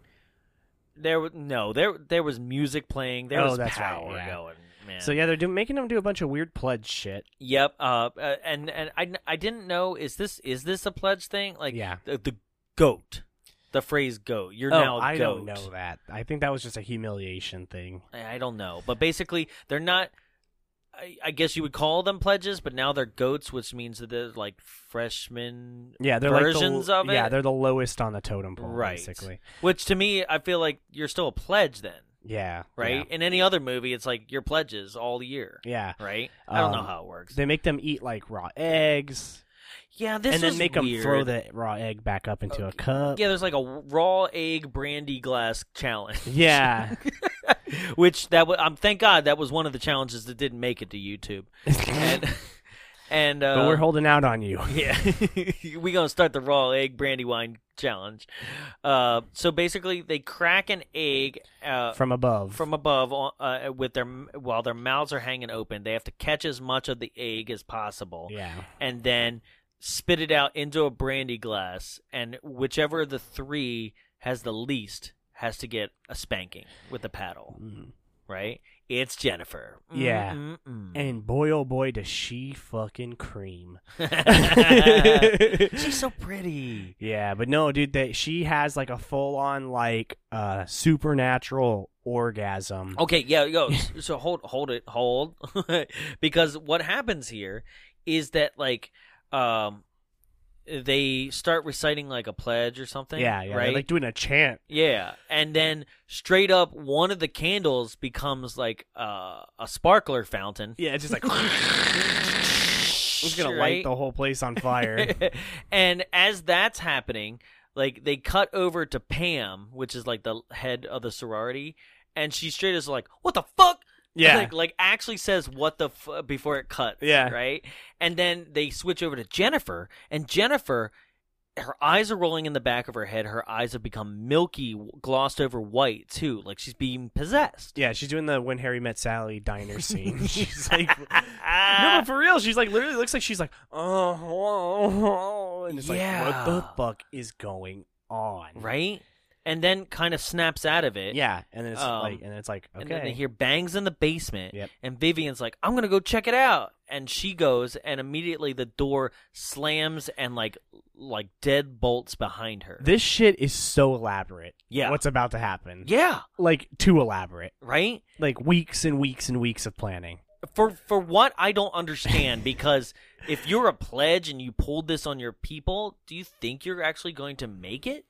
There was no there. There was music playing. There Oh, was that's right, power yeah. going. Man. So yeah, they're do- making them do a bunch of weird pledge shit. Yep. Uh, uh, and and I, I didn't know is this is this a pledge thing? Like Yeah. Oh, the, the goat, the phrase goat. You're now I goat. don't know that. I think that was just a humiliation thing. I I don't know, but basically they're not. I, I guess you would call them pledges, but now they're goats, which means that they're like freshmen. Yeah, they're versions like of the, it. Yeah, they're the lowest on the totem pole, right. basically. Which to me, I feel like you're still a pledge then, Yeah, right? In any other movie, it's like your pledges all year, Yeah. yeah. right? I don't know Um, how it works. They make them eat like raw eggs, yeah, this and then was make them weird. throw the raw egg back up into a cup. Yeah, there's like a raw egg brandy glass challenge. Mm-hmm. Yeah. [LAUGHS] Which that was, um, thank God that was one of the challenges that didn't make it to YouTube. And, [LAUGHS] and uh, but we're holding out on you. yeah, [LAUGHS] we gonna start the raw egg brandy wine challenge. Uh, so basically, they crack an egg uh, From above, from above on- uh, with their while their mouths are hanging open. They have to catch as much of the egg as possible yeah, and then spit it out into a brandy glass and whichever of the three has the least has to get a spanking with a paddle right it's jennifer Mm-hmm. Yeah. Mm, [LAUGHS] mm, mm. and boy oh boy, does she fucking cream! she's so pretty Yeah, but no, dude, that she has like a full on like uh supernatural orgasm. okay yeah yo s- [LAUGHS] so hold hold it hold [LAUGHS] because what happens here is that like um they start reciting like a pledge or something yeah, yeah, they're, right like doing a chant. Yeah, and then straight up, one of the candles becomes like uh, a sparkler fountain. Yeah, it's just [LAUGHS] like it's gonna light the whole place on [LAUGHS] fire. the. and as that's happening, like they cut over to Pam, which is like the head of the sorority, and she straight is like, "What the fuck." [LAUGHS] Yeah. like, like actually says what the f- before it cuts. Yeah. right. And then they switch over to Jennifer, and Jennifer her eyes are rolling in the back of her head. Her eyes have become milky, glossed over white too, like she's being possessed. yeah, she's doing the when Harry met Sally diner [LAUGHS] scene. she's like, [LAUGHS] no, but for real, she's like literally looks like she's like, oh, oh, oh," and it's like, what the Yeah. fuck is going on? Right, and then kind of snaps out of it. Yeah, and then it's Um, like, and then it's like, okay, And then they hear bangs in the basement, Yep. and Vivian's like, "I'm gonna go check it out," and she goes, and immediately the door slams and like like dead bolts behind her. this shit is so elaborate. Yeah. what's about to happen? yeah, like too elaborate. right. Like weeks and weeks and weeks of planning. for for what I [LAUGHS] don't understand because if you're a pledge and you pulled this on your people, do you think you're actually going to make it?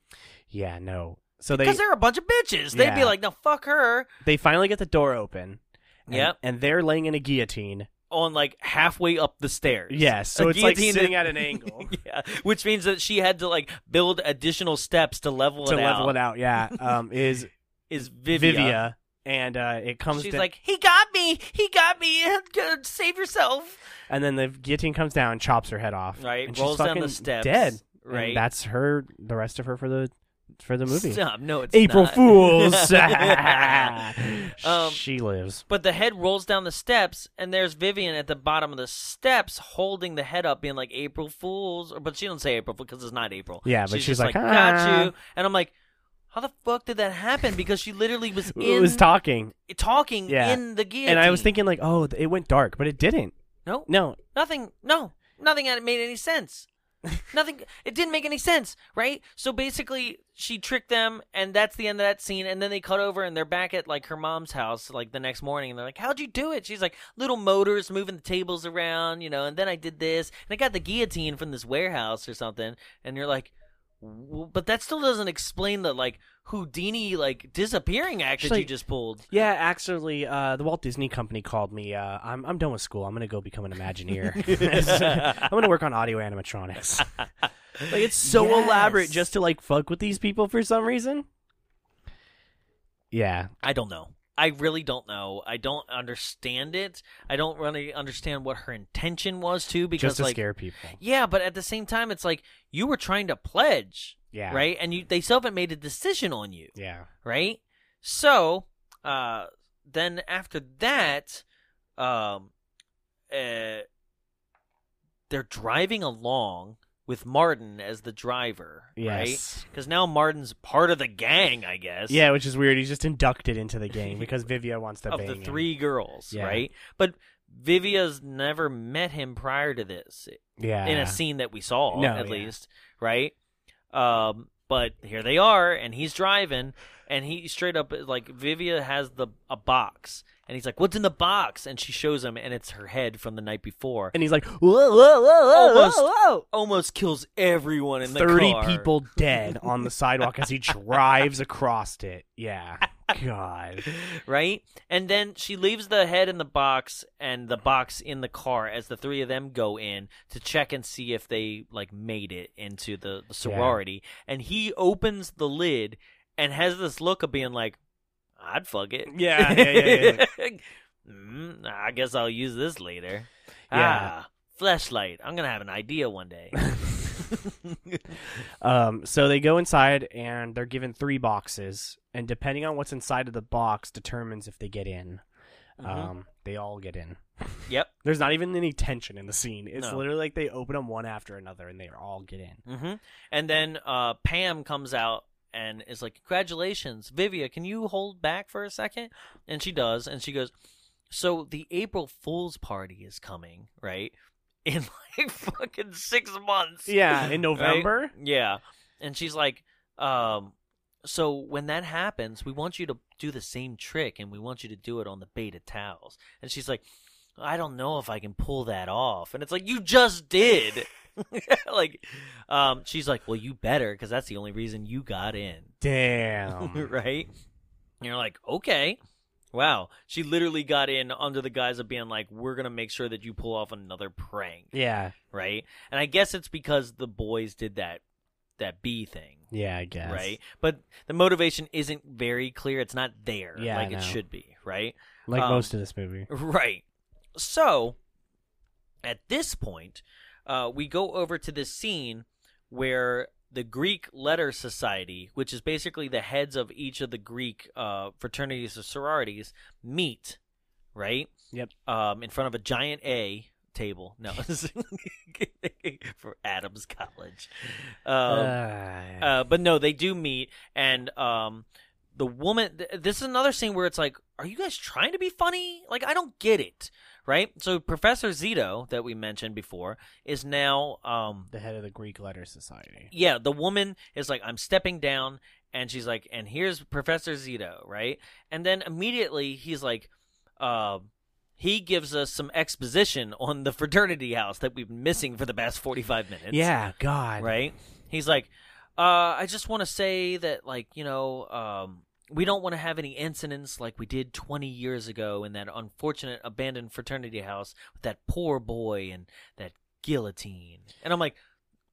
Yeah, no. So they Because they, are a bunch of bitches. They'd be Yeah. like, "No, fuck her." they finally get the door open and- Yep. and they're laying in a guillotine. on like halfway up the stairs. Yes, so A it's like guillotine sitting that- at an [LAUGHS] angle yeah, [LAUGHS] which means that she had to like build additional steps to level to it level out. it out. [LAUGHS] Yeah, um, is Is Vivia? Vivia, and uh, it comes. She's da- like, he got me, he got me. [LAUGHS] Save yourself. and then the guillotine comes down, chops her head off. Right, and rolls she's down the fucking steps, Dead. And right. that's her. The rest of her for the for the movie. Stop. No, it's April not. Fools. [LAUGHS] [LAUGHS] Um, she lives. But the head rolls down the steps, and there's Vivian at the bottom of the steps holding the head up, being like "April Fools," or but she don't say April because it's not April. Yeah, but she's just like, "Got "Ah." you," and I'm like, "How the fuck did that happen?" Because she literally was It in was talking, talking Yeah. in the guillotine, and I was thinking like, oh, th- it went dark, but it didn't. no, No, nothing, no, nothing had made any sense. nothing, it didn't make any sense, right? So basically, she tricked them, and that's the end of that scene. And then they cut over, and they're back at like her mom's house, like the next morning, and they're like, "How'd you do it?" She's like, "Little motors moving the tables around, you know." And then I did this, and I got the guillotine from this warehouse or something. And you're like. "W- But that still doesn't explain the like Houdini like disappearing act that you Actually- just pulled. Yeah, actually, uh, the Walt Disney Company called me. Uh, I'm I'm done with school. I'm gonna go become an [LAUGHS] Imagineer. I'm gonna work on audio animatronics. [LAUGHS] like it's so elaborate just to like fuck with these people for some reason. Yeah, I don't know. I really don't know. I don't understand it. I don't really understand what her intention was too because just to like scare people. yeah, but at the same time it's like you were trying to pledge, Yeah, right? And you they still haven't made a decision on you, Yeah, right? So, uh then after that um uh they're driving along with Martin as the driver, right? Yes. Cuz now Martin's part of the gang, I guess yeah, which is weird. He's just inducted into the game [LAUGHS] because Vivia wants to of bang the him. three girls, Yeah. right? But Vivia's never met him prior to this Yeah, in a scene that we saw, No, at yeah. least, right? Um, but here they are, and he's driving, and he straight up like Vivia has the a box, and he's like, "What's in the box?" And she shows him, and it's her head from the night before. and he's like, whoa, whoa, whoa, whoa, Almost- whoa, Almost kills everyone in the Thirty car. [LAUGHS] people dead on the sidewalk as he drives across it. Yeah, God. right? And then she leaves the head in the box and the box in the car as the three of them go in to check and see if they like made it into the, the sorority. And he opens the lid and has this look of being like, "I'd fuck it." Yeah, yeah, yeah, [LAUGHS] mm, I guess I'll use this later. Yeah. Ah, flashlight. I'm gonna have an idea one day. [LAUGHS] Um, so they go inside and they're given three boxes, and depending on what's inside of the box determines if they get in. Mm-hmm. Um, they all get in. yep. There's not even any tension in the scene. It's No. literally like they open them one after another, and they all get [LAUGHS] in. hmm And then uh, Pam comes out and is like, "Congratulations, Vivia. Can you hold back for a second? And she does, and she goes, "So the April Fool's party is coming, right? [LAUGHS] In like fucking six months. Yeah, in [LAUGHS] Right? November. Yeah." And she's like, um, "So when that happens, we want you to do the same trick, and we want you to do it on the beta towels." And she's like. I don't know if I can pull that off. And it's like, you just did. [LAUGHS] like, um, she's like, well, you better, because that's the only reason you got in. Damn. [LAUGHS] right? And you're like, okay. Wow. She literally got in under the guise of being like, we're going to make sure that you pull off another prank. yeah. Right? And I guess it's because the boys did that, that B thing. Yeah, I guess. Right? But the motivation isn't very clear. It's not there Yeah, I like know. it should be. Right? Like Um, most of this movie. Right. So, at this point, uh, we go over to this scene where the Greek Letter Society, which is basically the heads of each of the Greek uh, fraternities or sororities, meet, right? Yep. Um, in front of a giant A table. No, [LAUGHS] for Adams College. Um, Ah. uh, but no, they do meet, and um, the woman. Th- this is another scene where it's like, are you guys trying to be funny? Like, I don't get it, right? So Professor Zito that we mentioned before is now, um, the head of the Greek Letter Society. yeah, the woman is like, I'm stepping down, and she's like, and here's Professor Zito, right? And then immediately he's like, uh, he gives us some exposition on the fraternity house that we've been missing for the past 45 minutes yeah, God. right? He's like, uh, I just want to say that, like, you know, um, we don't want to have any incidents like we did 20 years ago in that unfortunate abandoned fraternity house with that poor boy and that guillotine. And I'm like,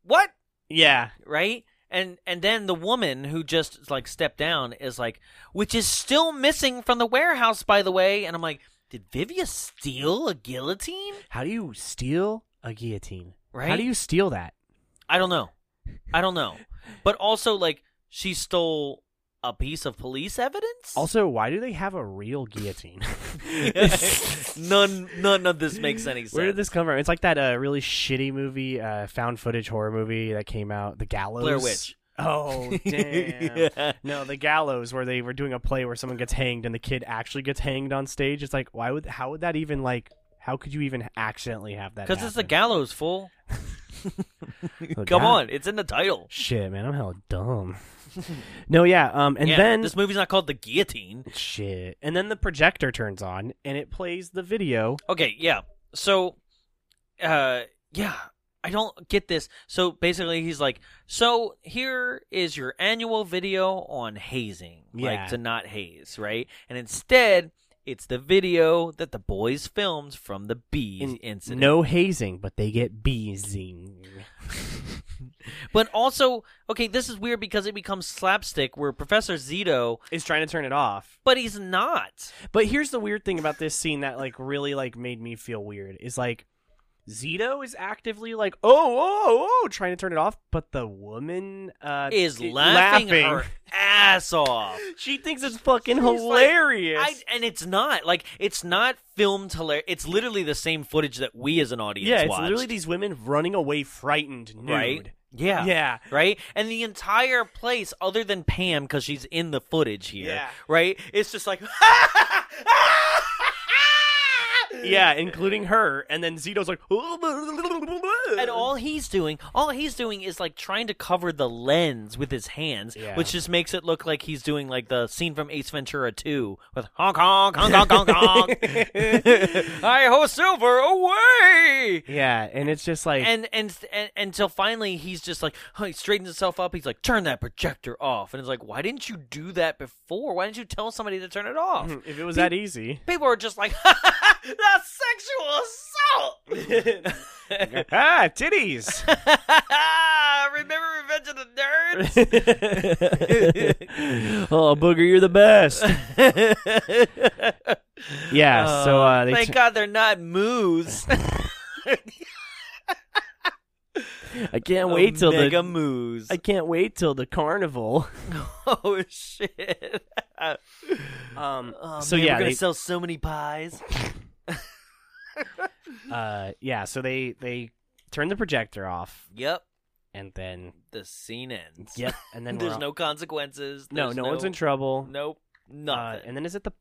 what? Yeah. Right? And and then the woman who just like stepped down is like, which is still missing from the warehouse, by the way. And I'm like, did Vivia steal a guillotine? How do you steal a guillotine? Right? How do you steal that? I don't know. I don't know. But also, like, she stole a piece of police evidence. Also, why do they have a real guillotine? [LAUGHS] none, none of this makes any sense. Where did this come from? It's like that uh, really shitty movie, uh, found footage horror movie that came out, The Gallows. [LAUGHS] Blair Witch. [LAUGHS] Oh damn! Yeah. No, The Gallows, where they were doing a play where someone gets hanged and the kid actually gets hanged on stage. It's like, why would? How would that even like? How could you even accidentally have that? Because it's the happen? gallows, fool. [LAUGHS] The Come gal- on, it's in the title. Oh, Shit, man, I'm hella [LAUGHS] dumb. no, yeah, um, and Yeah, then this movie's not called the guillotine. shit, and then the projector turns on and it plays the video. Okay, yeah. So, uh, yeah, I don't get this. So basically, he's like, so here is your annual video on hazing, Yeah. like to not haze, right? And instead, it's the video that the boys filmed from the bee In- incident. No hazing, but they get beezing. But also, okay, this is weird because it becomes slapstick where Professor Zito, Is trying to turn it off. but he's not. But here's the weird thing about this scene that like really like made me feel weird is like Zito is actively like oh oh oh trying to turn it off, but the woman uh, Is i- laughing, her ass off. [LAUGHS] She thinks it's fucking She's like, hilarious. I, and it's not like it's not filmed hilarious. It's literally the same footage that we as an audience yeah, it's watched, literally these women running away frightened, nude. right? Yeah. Yeah. Right? And the entire place, other than Pam, because she's in the footage here, Yeah. right? It's just like, [LAUGHS] Yeah, including her, and then Zito's like, [LAUGHS] and all he's doing, all he's doing is like trying to cover the lens with his hands, Yeah. which just makes it look like he's doing like the scene from Ace Ventura 2 with honk honk honk honk honk honk. [LAUGHS] I ho silver away. yeah, and it's just like And, and and until finally he's just like huh, he straightens himself up. He's like, turn that projector off, and it's like, why didn't you do that before? Why didn't you tell somebody to turn it off? if it was that easy, [LAUGHS] People are just like, [LAUGHS] that's sexual assault. [LAUGHS] ah, titties. Remember Revenge of the oh, Booger, you're the [LAUGHS] best. Nerds? Yeah, [LAUGHS] so uh, they Oh, thank tu- God they're not moos. I can't [LAUGHS] wait till Omega the moos. I can't wait till the carnival. [LAUGHS] oh shit! Um, Oh, [LAUGHS] so man, yeah, we're gonna they, sell so many pies. uh, yeah, so they they turn the projector off, yep, and then the scene ends. yep, and then there's we're no consequences. no there's no, one's in trouble. Nope, uh, nothing. and then is it the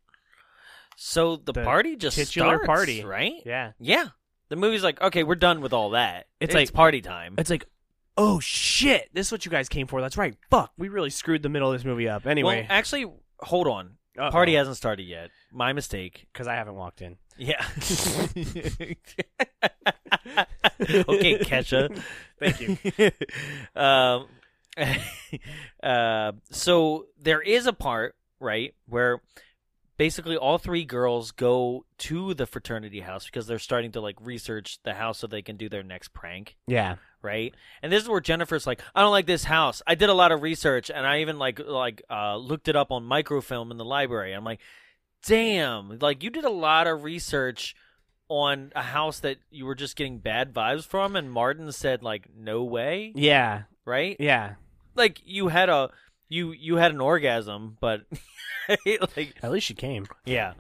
so the, the party just titular starts, party. right? yeah? Yeah. The movie's like, okay, we're done with all that. It's It's, like- like party time. It's like, oh shit, this is what you guys came for. That's right. Fuck, we really screwed the middle of this movie up. Well, Anyway, actually, hold on. Party hasn't started yet. My mistake. because I haven't walked [LAUGHS] in. Yeah. okay, Kesha. Thank you. you. [LAUGHS] um, [LAUGHS] uh, so there is a part right where basically all three girls go to the fraternity house because they're starting to like research the house so they can do their next prank [LAUGHS] Yeah, right? And this is where Jennifer's like, I don't like this house. I did a lot of research and I even like like uh, looked it up on microfilm in the library. I'm like, damn, like you did a lot of research on a house that you were just getting bad vibes from, and Martin said like, no way, yeah, right? yeah. Like you had a you you had an orgasm, but [LAUGHS] like At least she came. yeah.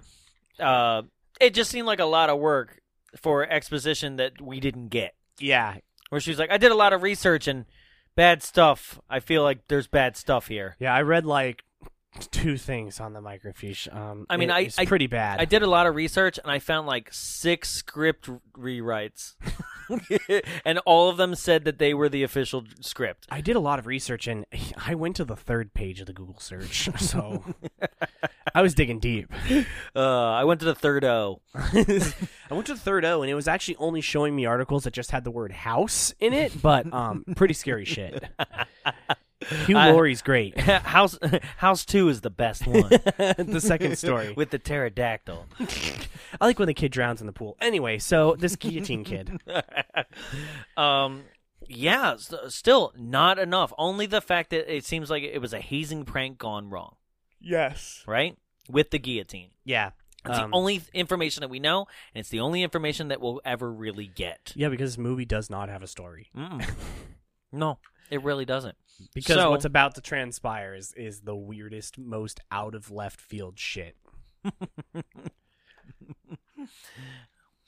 Uh, it just seemed like a lot of work for exposition that we didn't get Yeah, where she's like, I did a lot of research and bad stuff. I feel like there's bad stuff here. Yeah, I read like two things on the microfiche. Um, I mean, it- I- it's I- pretty bad. I did a lot of research and I found like six script rewrites, [LAUGHS] and all of them said that they were the official script. I did a lot of research, and [LAUGHS] I went to the third page of the Google search, so [LAUGHS] I was digging deep. Uh, I went to the third O. [LAUGHS] I went to the third O, and it was actually only [LAUGHS] showing me articles that just had the word house in it, but um, pretty scary shit. Hugh I- Laurie's [LAUGHS] great. House House Two is the best one the second story. with the pterodactyl. I like when the kid drowns in the pool. Anyway, so this guillotine kid. Um, yeah, st- still not enough. Only the fact that it seems like it was a hazing prank gone wrong, Yes. right? With the guillotine. Yeah. It's Um, the only th- information that we know, and it's the only information that we'll ever really get. Yeah, because this movie does not have a story. Mm-mm. [LAUGHS] no, it really doesn't. Because So- what's about to transpire is, is the weirdest, most out of left field shit.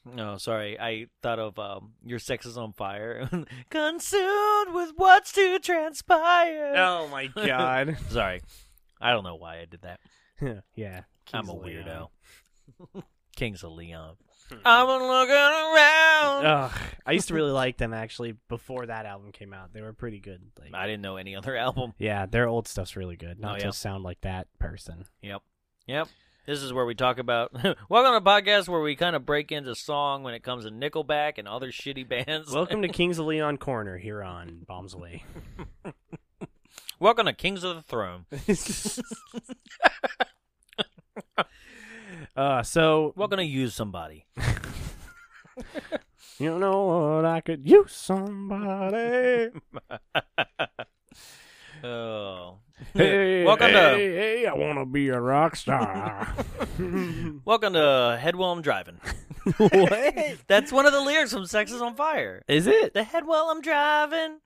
No, sorry. I thought of um, Your Sex is on Fire. [LAUGHS] Consumed with what's to transpire. Oh [LAUGHS] my god. [LAUGHS] Sorry. I don't know why I did that. yeah. I'm a Kings of Leon. weirdo. [LAUGHS] Kings of Leon. I'm looking around. Ugh, I used to really like them actually before that album came out. They were pretty good. Like, [LAUGHS] I didn't know any other [LAUGHS] album. yeah, their old stuff's really good. Not Oh, yeah. to sound like that person. Yep. Yep. This is where we talk about. [LAUGHS] Welcome to a podcast where we kind of break into song when it comes to Nickelback and other shitty bands. Welcome to Kings of Leon Corner here on Bombs Away. Welcome to Kings of the Throne. [LAUGHS] Uh, so Welcome to [LAUGHS] Use Somebody. you know what I could use somebody. Oh. [LAUGHS] Hey, Welcome to- hey, hey, I want to be a rock [LAUGHS] star. Welcome to Head While I'm Driving. [LAUGHS] what? That's one of the lyrics from Sex is on Fire. Is it? The head while I'm driving.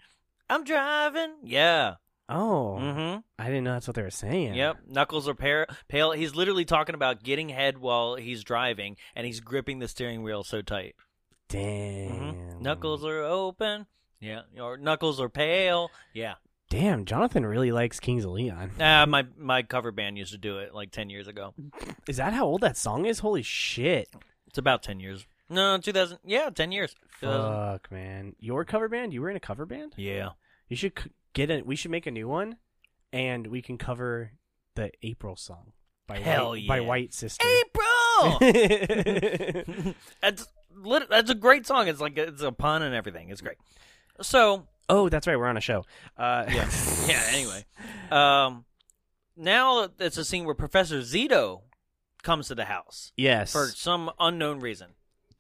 I'm driving. Yeah. Oh, Mm hmm. I didn't know that's what they were saying. Yep. Knuckles are par- pale. He's literally talking about getting head while he's driving, and he's gripping the steering wheel so tight. Damn. Mhm. Knuckles are open. Yeah. Or knuckles are pale. Yeah. Damn, Jonathan really likes Kings of Leon. Ah, my my cover band used to do it like ten years ago. Is that how old that song is? Holy shit. It's about ten years. No, two thousand. Yeah, ten years. 2000. Fuck, man. Your cover band? You were in a cover band? Yeah. You should c- get a. We should make a new one, and we can cover the April song by Hell White, yeah. by White Sister. April. [LAUGHS] that's lit- that's a great song. It's like it's a pun and everything. It's great. So [LAUGHS] oh, that's right. We're on a show. Uh, [LAUGHS] yeah, yeah. Anyway, um, now it's a scene where Professor Zito comes to the house yes. for some unknown reason.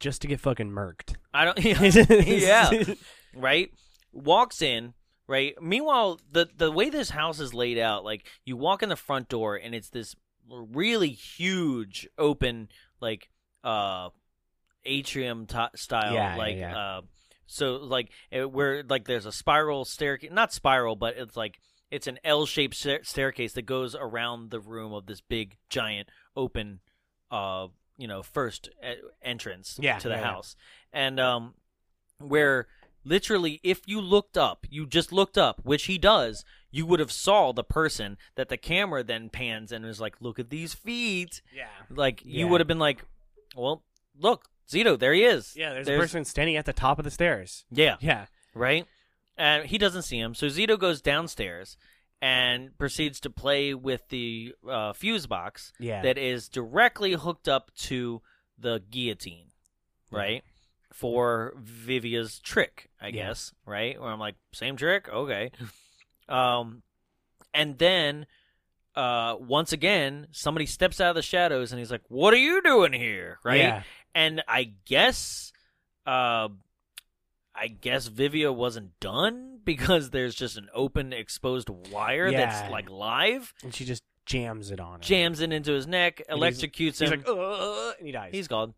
Just to get fucking murked. [LAUGHS] I don't. [LAUGHS] yeah, right. Walks in. Right. Meanwhile, the the way this house is laid out, like you walk in the front door and it's this really huge open like uh atrium t- style Yeah, yeah, like yeah. uh so like it, where like there's a spiral staircase not spiral but it's like it's an L-shaped stair- staircase that goes around the room of this big giant open uh you know first e- entrance Yeah, to the yeah, yeah. house and um where literally if you looked up you just looked up which he does you would have saw the person that the camera then pans and is like look at these feet Yeah. like you Yeah. would have been like well look zito there he is Yeah. There's, a person standing at the top of the stairs. yeah Yeah. right? And he doesn't see him, so Zito goes downstairs and proceeds to play with the uh, fuse box Yeah. that is directly hooked up to the guillotine, right? For Vivia's trick, I Yeah. guess, right? Where I'm like, same trick, okay. [LAUGHS] Um, and then uh, once again, somebody steps out of the shadows and he's like, "What are you doing here?" Right? Yeah. and I guess, uh, I guess Vivia wasn't done [LAUGHS] because there's just an open exposed wire Yeah. that's like live, And she just jams it on him. jams it into his neck, And he's- electrocutes He's him. like, uh, and he dies. he's gone.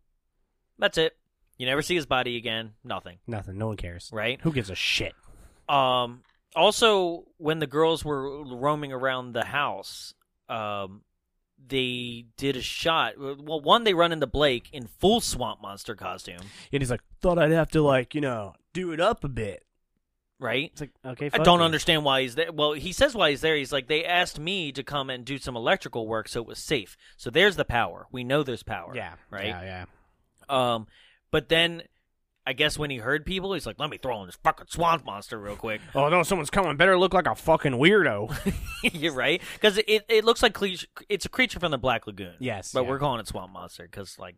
That's it. You never see his body again. Nothing, nothing. No one cares. right? Who gives a shit? Um. Also, when the girls were roaming around the house, um, they did a shot. Well, one they run into Blake in full swamp monster costume, And he's like, thought I'd have to like, you know, do it up a bit. right? It's like, okay, I fuck don't you. understand why he's there. Well, he says why he's there. He's like, they asked me to come and do some electrical work, so it was safe. So there's the power. We know there's power. Yeah. Right. Yeah. Yeah. Um, but then I guess when he heard people, he's like, let me throw in this fucking swamp monster real quick. [LAUGHS] Oh no, someone's coming. Better look like a fucking weirdo. You're right, because it, it looks like cle- it's a creature from the Black Lagoon. Yes, but yeah. we're calling it swamp monster because like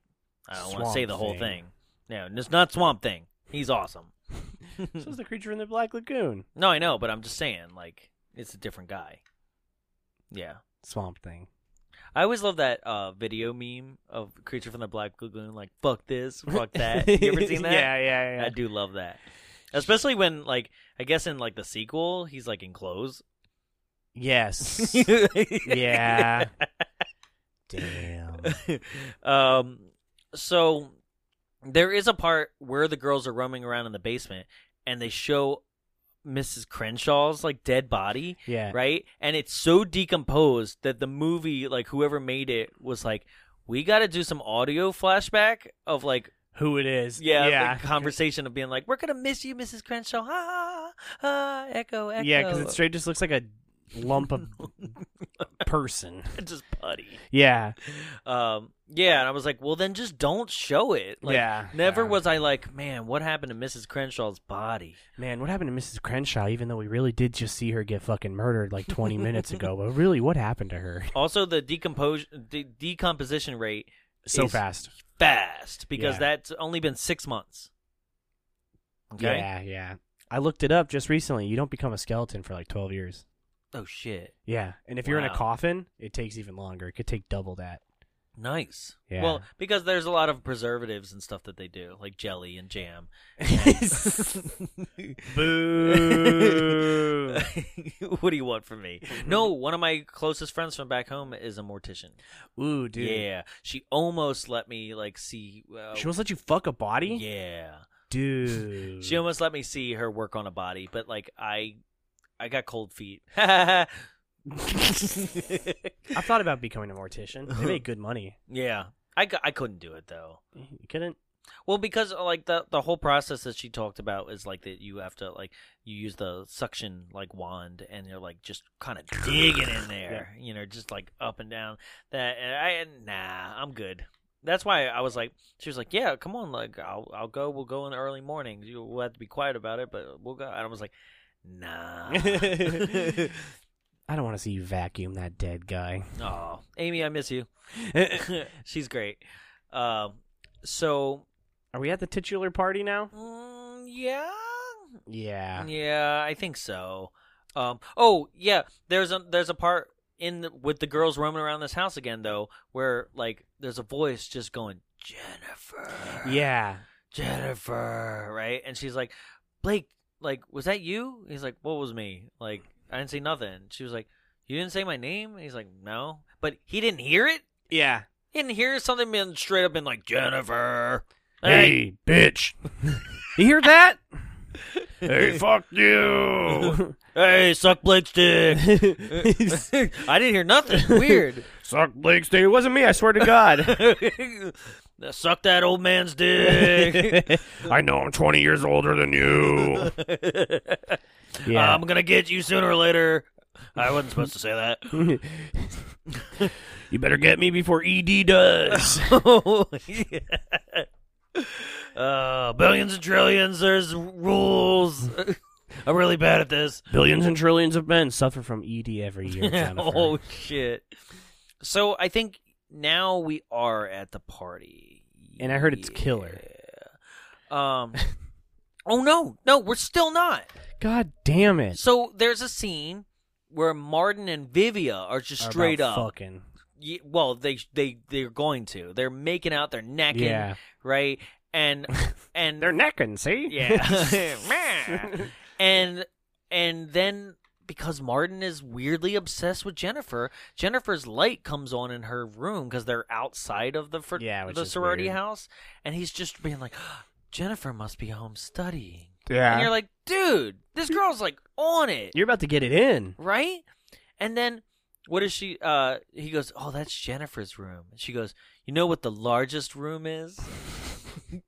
I don't want to Swamp say the whole Thing. thing. No, it's not swamp thing. He's awesome. this is the creature in the Black Lagoon. No, I know, but I'm just saying like It's a different guy. Yeah. Swamp Thing. I always love that uh, video meme of Creature from the Black Lagoon, like [LAUGHS] "fuck this, fuck that." Uh, You ever seen that? yeah, yeah, yeah. I do love that, especially when like I guess in like the sequel, he's like [LAUGHS] in clothes. [LAUGHS] Yes. yeah. Damn. um, so there is a part where the girls are roaming around in the basement, and they show Mrs. Crenshaw's like dead body. Yeah. right? And it's so decomposed that the movie, like whoever made it, was like, we got to do some audio flashback of like, Who it is? yeah, Yeah. the conversation of being like, we're gonna miss you, Mrs. Crenshaw. Ah, ah, echo, echo. yeah, because it straight just looks like a lump of person. [LAUGHS] just putty. Yeah. Um, yeah, and I was like, well, then just don't show it. Like, Yeah, Never yeah. was I like, man, what happened to Mrs. Crenshaw's body? Man, what happened to Mrs. Crenshaw? Even though we really did just see her get fucking murdered like 20 minutes ago, but really, what happened to her? Also, the decompos- de- decomposition rate So is fast. fast because Yeah. that's only been six months. Okay. Yeah, yeah. I looked it up just recently. You don't become a skeleton for like 12 years. Oh shit. Yeah. And if you're in a Wow. coffin, it takes even longer. It could take double that. Nice. Yeah. Well, because there's a lot of preservatives and stuff that they do, like jelly and [LAUGHS] jam. Boo. [LAUGHS] what do you want from me? No, one of my closest friends from back home is a mortician. [LAUGHS] Ooh, dude. Yeah, she almost let me like see. Uh, She almost let you fuck a body? yeah, Dude. she almost let me see her work on a body, but like I, I got cold [LAUGHS] feet. [LAUGHS] yeah, I thought about becoming a mortician. They make good money. I, cou- I couldn't do it though. You [LAUGHS] couldn't? Well, because uh, like the the whole process that she talked about is like that you have to like you use the suction like wand and you're like just kind of digging in there, you know, just like up and down. That and I and nah, I'm good. That's why I was like, she was like, yeah, come on, like I'll I'll go. We'll go in the early morning. You will have to be quiet about it, but we'll go. And I was like, [LAUGHS] nah. I don't want to see you vacuum that dead guy. Oh, Amy, I miss you. [LAUGHS] She's great. Um, so Are we at the titular party now? mm, yeah. Yeah. Yeah, I think so. Um, oh yeah, there's a there's a part in the, with the girls roaming around this house again though, where like there's a voice just going Jennifer, Yeah. Jennifer, right? And she's like, Blake, like was that you? He's like, what was me? Like I didn't say nothing. She was like, you didn't say my name. And he's like, no, but he didn't hear it. Yeah. He didn't hear something being straight up and like Jennifer. Hey, bitch. you hear that? hey, fuck [LAUGHS] you! Hey, suck Blake's dick. [LAUGHS] I didn't hear nothing. Weird. Suck Blake's dick. It wasn't me, I swear to God. Suck that old man's dick. I know I'm 20 years older than [LAUGHS] you. Yeah. I'm gonna get you sooner or later. I wasn't supposed to [LAUGHS] say that. [LAUGHS] Um, You better get me before E ED does. uh, billions and trillions. There's rules. [LAUGHS] I'm really bad [LAUGHS] at this. Billions and trillions of men suffer from ED every year. Jennifer. [LAUGHS] oh shit. So I think now we are at the party. And I heard it's killer. Yeah. Um. [LAUGHS] oh no, no, we're still not. God damn it. So there's a scene where Martin and Vivia are just Are straight about up. Fucking. Ye- well, they they they're going to. They're making out. They're necking. Yeah. Right. [LAUGHS] And and They're necking, see? [LAUGHS] [LAUGHS] yeah. [LAUGHS] Meh. and and then because Martin is weirdly obsessed with Jennifer, Jennifer's light comes on in her room because they're outside of the fr- Yeah, which the is sorority weird. house, and he's just being like, Jennifer must be home studying. Yeah. And you're like, dude, this girl's like on it You're about to get it in. right? And then what is she? Uh, he goes, "Oh, that's Jennifer's room." And she goes, "You know what the largest room is?" and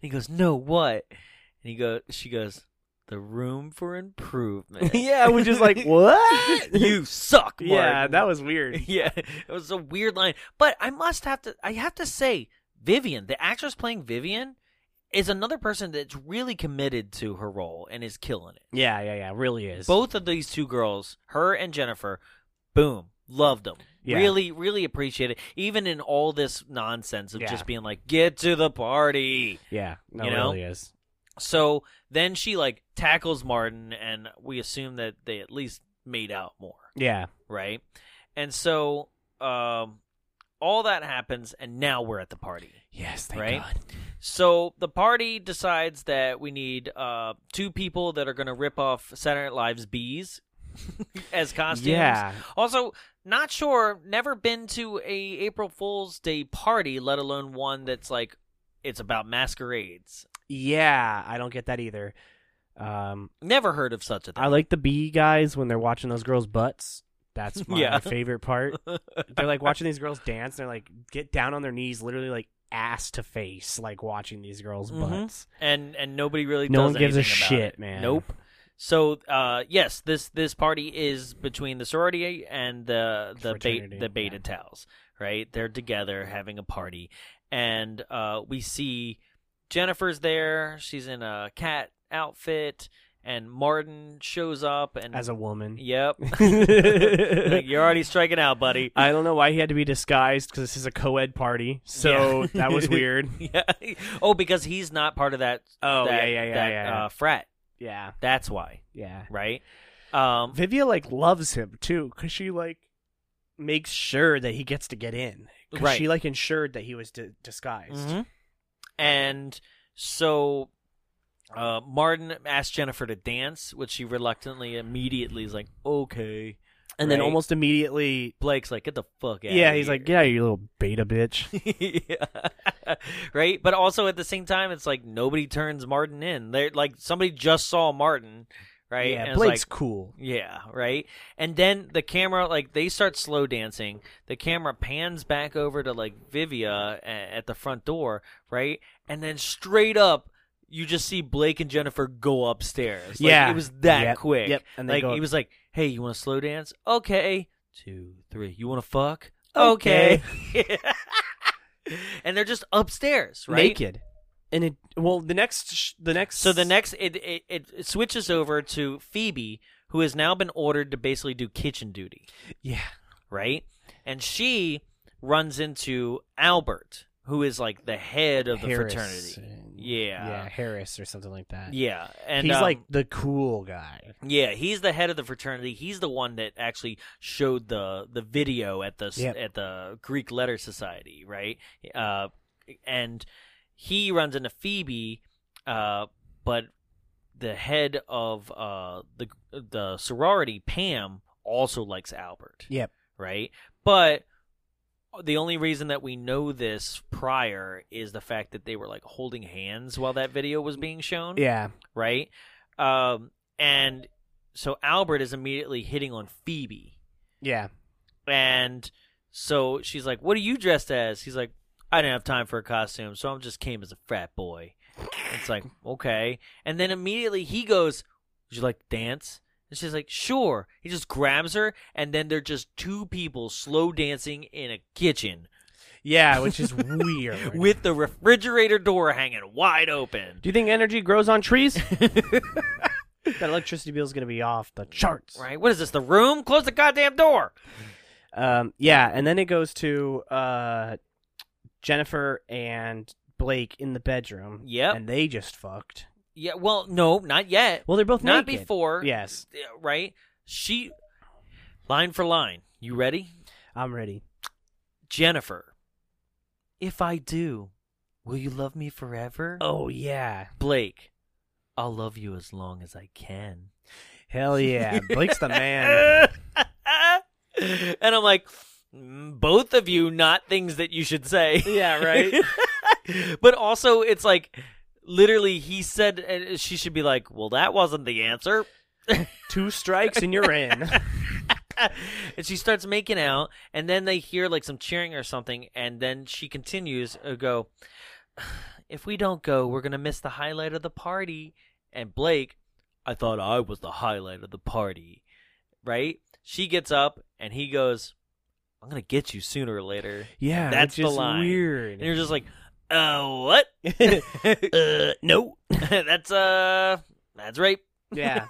he goes, "No, what?" And he goes, "She goes, the room for [LAUGHS] improvement." yeah, we're just like, what? [LAUGHS] you suck, Mark. yeah, that was weird. yeah, it was a weird line, but I must have to. I have to say, Vivian, the actress playing Vivian, is another person that's really committed to her role and is killing it. [LAUGHS] Yeah, yeah, yeah. Really is. Both of these two girls, her and Jennifer, boom, loved them. Yeah. Really, really appreciate it. Even in all this nonsense of Yeah. just being like, get to the party. Yeah, no, You it know? really is. So then she like tackles Martin, and we assume that they at least made out more, Yeah. right? And so um, all that happens, and now we're at the party. Yes. right? So the party decides that we need uh, two people that are going to rip off Saturday Night Live's bees [LAUGHS] as costumes. Yeah. Also, not sure. Never been to a April Fool's Day party, let alone one that's like it's about masquerades. Yeah. I don't get that either. Um, Never heard of such a thing. I like the bee guys when they're watching those girls' butts. That's my Yeah. favorite [LAUGHS] part. they're like watching these girls dance. And they're like get down on their knees, literally like ass to face, like watching these girls' Mhm. butts. and and nobody really No does one gives a anything about shit, it. man. Nope. So uh, yes, this this party is between the sorority and the the Fraternity, beta, the beta tals, right? They're together having a party, and uh, we see Jennifer's there. She's in a cat outfit, and Martin shows up and As a woman, yep. [LAUGHS] Like, You're already striking out, buddy. I don't know why he had to be disguised because this is a co-ed party, so Yeah. [LAUGHS] that was weird. [LAUGHS] yeah. Oh, because he's not part of that. Oh, that- yeah, yeah, yeah, that, yeah, yeah. Uh, frat. Yeah, That's why, yeah. right? Um, Vivia like loves him too because she like makes sure that he gets to get in. 'Cause Right. She like ensured that he was di- disguised. Mhm. And so uh, Martin asked Jennifer to dance, which she reluctantly immediately is like, okay. And then Right. almost immediately, Blake's like, get the fuck out. yeah, he's like, "Yeah, you little beta [LAUGHS] bitch." yeah. [LAUGHS] right? But also at the same time, it's like nobody turns Martin in. They're like, somebody just saw Martin, right? Yeah, And it's Blake's like, cool. Yeah, right. And then the camera, like, they start slow dancing. The camera pans back over to, like, Vivia a- at the front door, right? And then straight up, you just see Blake and Jennifer go upstairs. Like, Yeah. It was that Yep, quick. yep, and they like, go- he was like, hey, you want to slow dance? Okay. Two, three. You want to fuck? Okay. [LAUGHS] and they're just upstairs, right? Naked, and it well the next sh- the next So the next it, it it switches over to Phoebe, who has now been ordered to basically do kitchen duty, yeah right? And she runs into Albert, who is like the head of the Harris. fraternity. yeah Yeah. Harris or something like that Yeah. And he's um, like the cool guy yeah, he's the head of the fraternity. He's the one that actually showed the the video at the s Yep. at the Greek Letter Society, right? Uh, and he runs into Phoebe, uh, but the head of uh the the sorority Pam also likes Albert yep right? But the only reason that we know this prior is the fact that they were like holding hands while that video was being shown, yeah right? Um, and so Albert is immediately hitting on Phoebe, yeah and so she's like, "What are you dressed as?" He's like, "I didn't have time for a costume, so I am just came as a frat boy." It's like, okay, and then immediately he goes, "Would you like to dance?" And she's like, "Sure." He just grabs her, and then they're just two people slow dancing in a kitchen yeah which is [LAUGHS] weird with the refrigerator door hanging wide open. do you think energy grows on [LAUGHS] trees that electricity bill is going to be off the charts Right? What is this? The room? Close the goddamn door. um yeah and then it goes to uh Jennifer and Blake in the bedroom Yep. and they just fucked Yeah. Well, no, not yet. well they're both not naked. before. yes Yeah, Right? She, line for line. You ready? I'm ready Jennifer, if I do, will you love me forever? oh yeah Blake, I'll love you as long as I can. [LAUGHS] [LAUGHS] hell yeah Blake's the man [LAUGHS] and I'm like, "Mm, both of you, not things that you should say. Yeah, right. [LAUGHS] but also, it's like, literally, he said, and she should be like, well, that wasn't the answer. two strikes and you're in [LAUGHS] and she starts making out, and then they hear like some cheering or something, and then she continues uh, go, "If we don't go, we're gonna miss the highlight of the party." And Blake, I thought I was the highlight of the party, right? She gets up, and he goes, "I'm gonna get you sooner or later." [LAUGHS] yeah That's which the is line. weird And you're just like, "Uh, what? [LAUGHS] [LAUGHS] uh, no. that's uh, that's right." [LAUGHS] Yeah.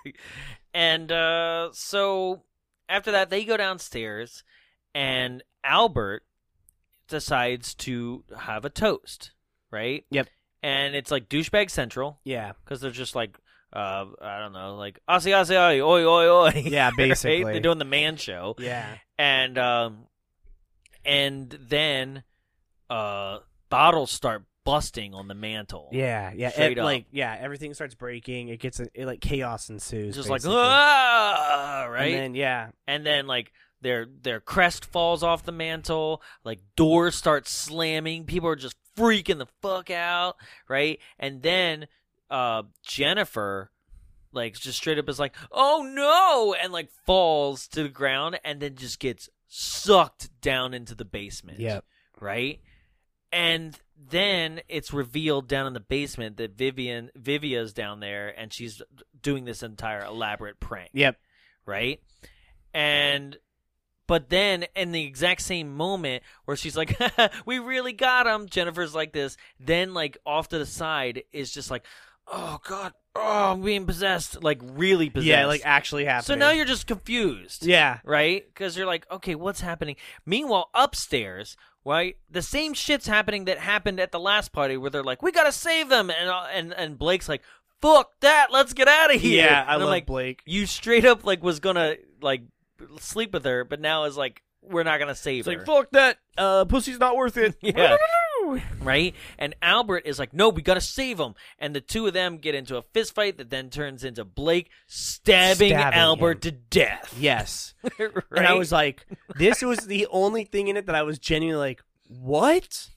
and uh, so after that, they go downstairs, and Albert decides to have a toast, right? Yep. And it's like douchebag central Yeah. because they're just like, uh, I don't know, like Aussie Aussie Oi Oi Oi Oi. [LAUGHS] Yeah, [LAUGHS] Right? basically. They're doing the man show, Yeah. and um, and then uh, bottles start busting on the mantle. Yeah, yeah, Straight it, up. like yeah, everything starts breaking. It gets it, like chaos ensues. It's just basically. like ah, right, And then yeah, like their their crest falls off the mantle. Like doors start slamming. People are just freaking the fuck out, right? And then uh, Jennifer. Like just straight up is like, oh no, and like falls to the ground, and then just gets sucked down into the basement. Yep. right? And then it's revealed down in the basement that Vivian Vivia's down there and she's doing this entire elaborate prank, yep, right? And but then in the exact same moment where she's like, [LAUGHS] "We really got him," Jennifer's like this. Then like off to the side is just like, "Oh God, oh I'm being possessed," like really possessed. yeah, like actually happening. so now you're just confused yeah, right? Because you're like, okay, what's happening? Meanwhile, upstairs, right, the same shit's happening that happened at the last party where they're like, we gotta save them, and uh, and and Blake's like, fuck that, let's get out of here. yeah. I And I'm love like, Blake. you straight up like was gonna like sleep with her, but now is like, we're not gonna save It's her. like fuck that. Uh, pussy's not worth [LAUGHS] it. [LAUGHS] Yeah. right? And Albert is like, no, we got to save him. And the two of them get into a fist fight that then turns into Blake stabbing, Stabbing Albert him. to death. [LAUGHS] yes. right? And I was like, this was the only thing in it that I was genuinely like, what?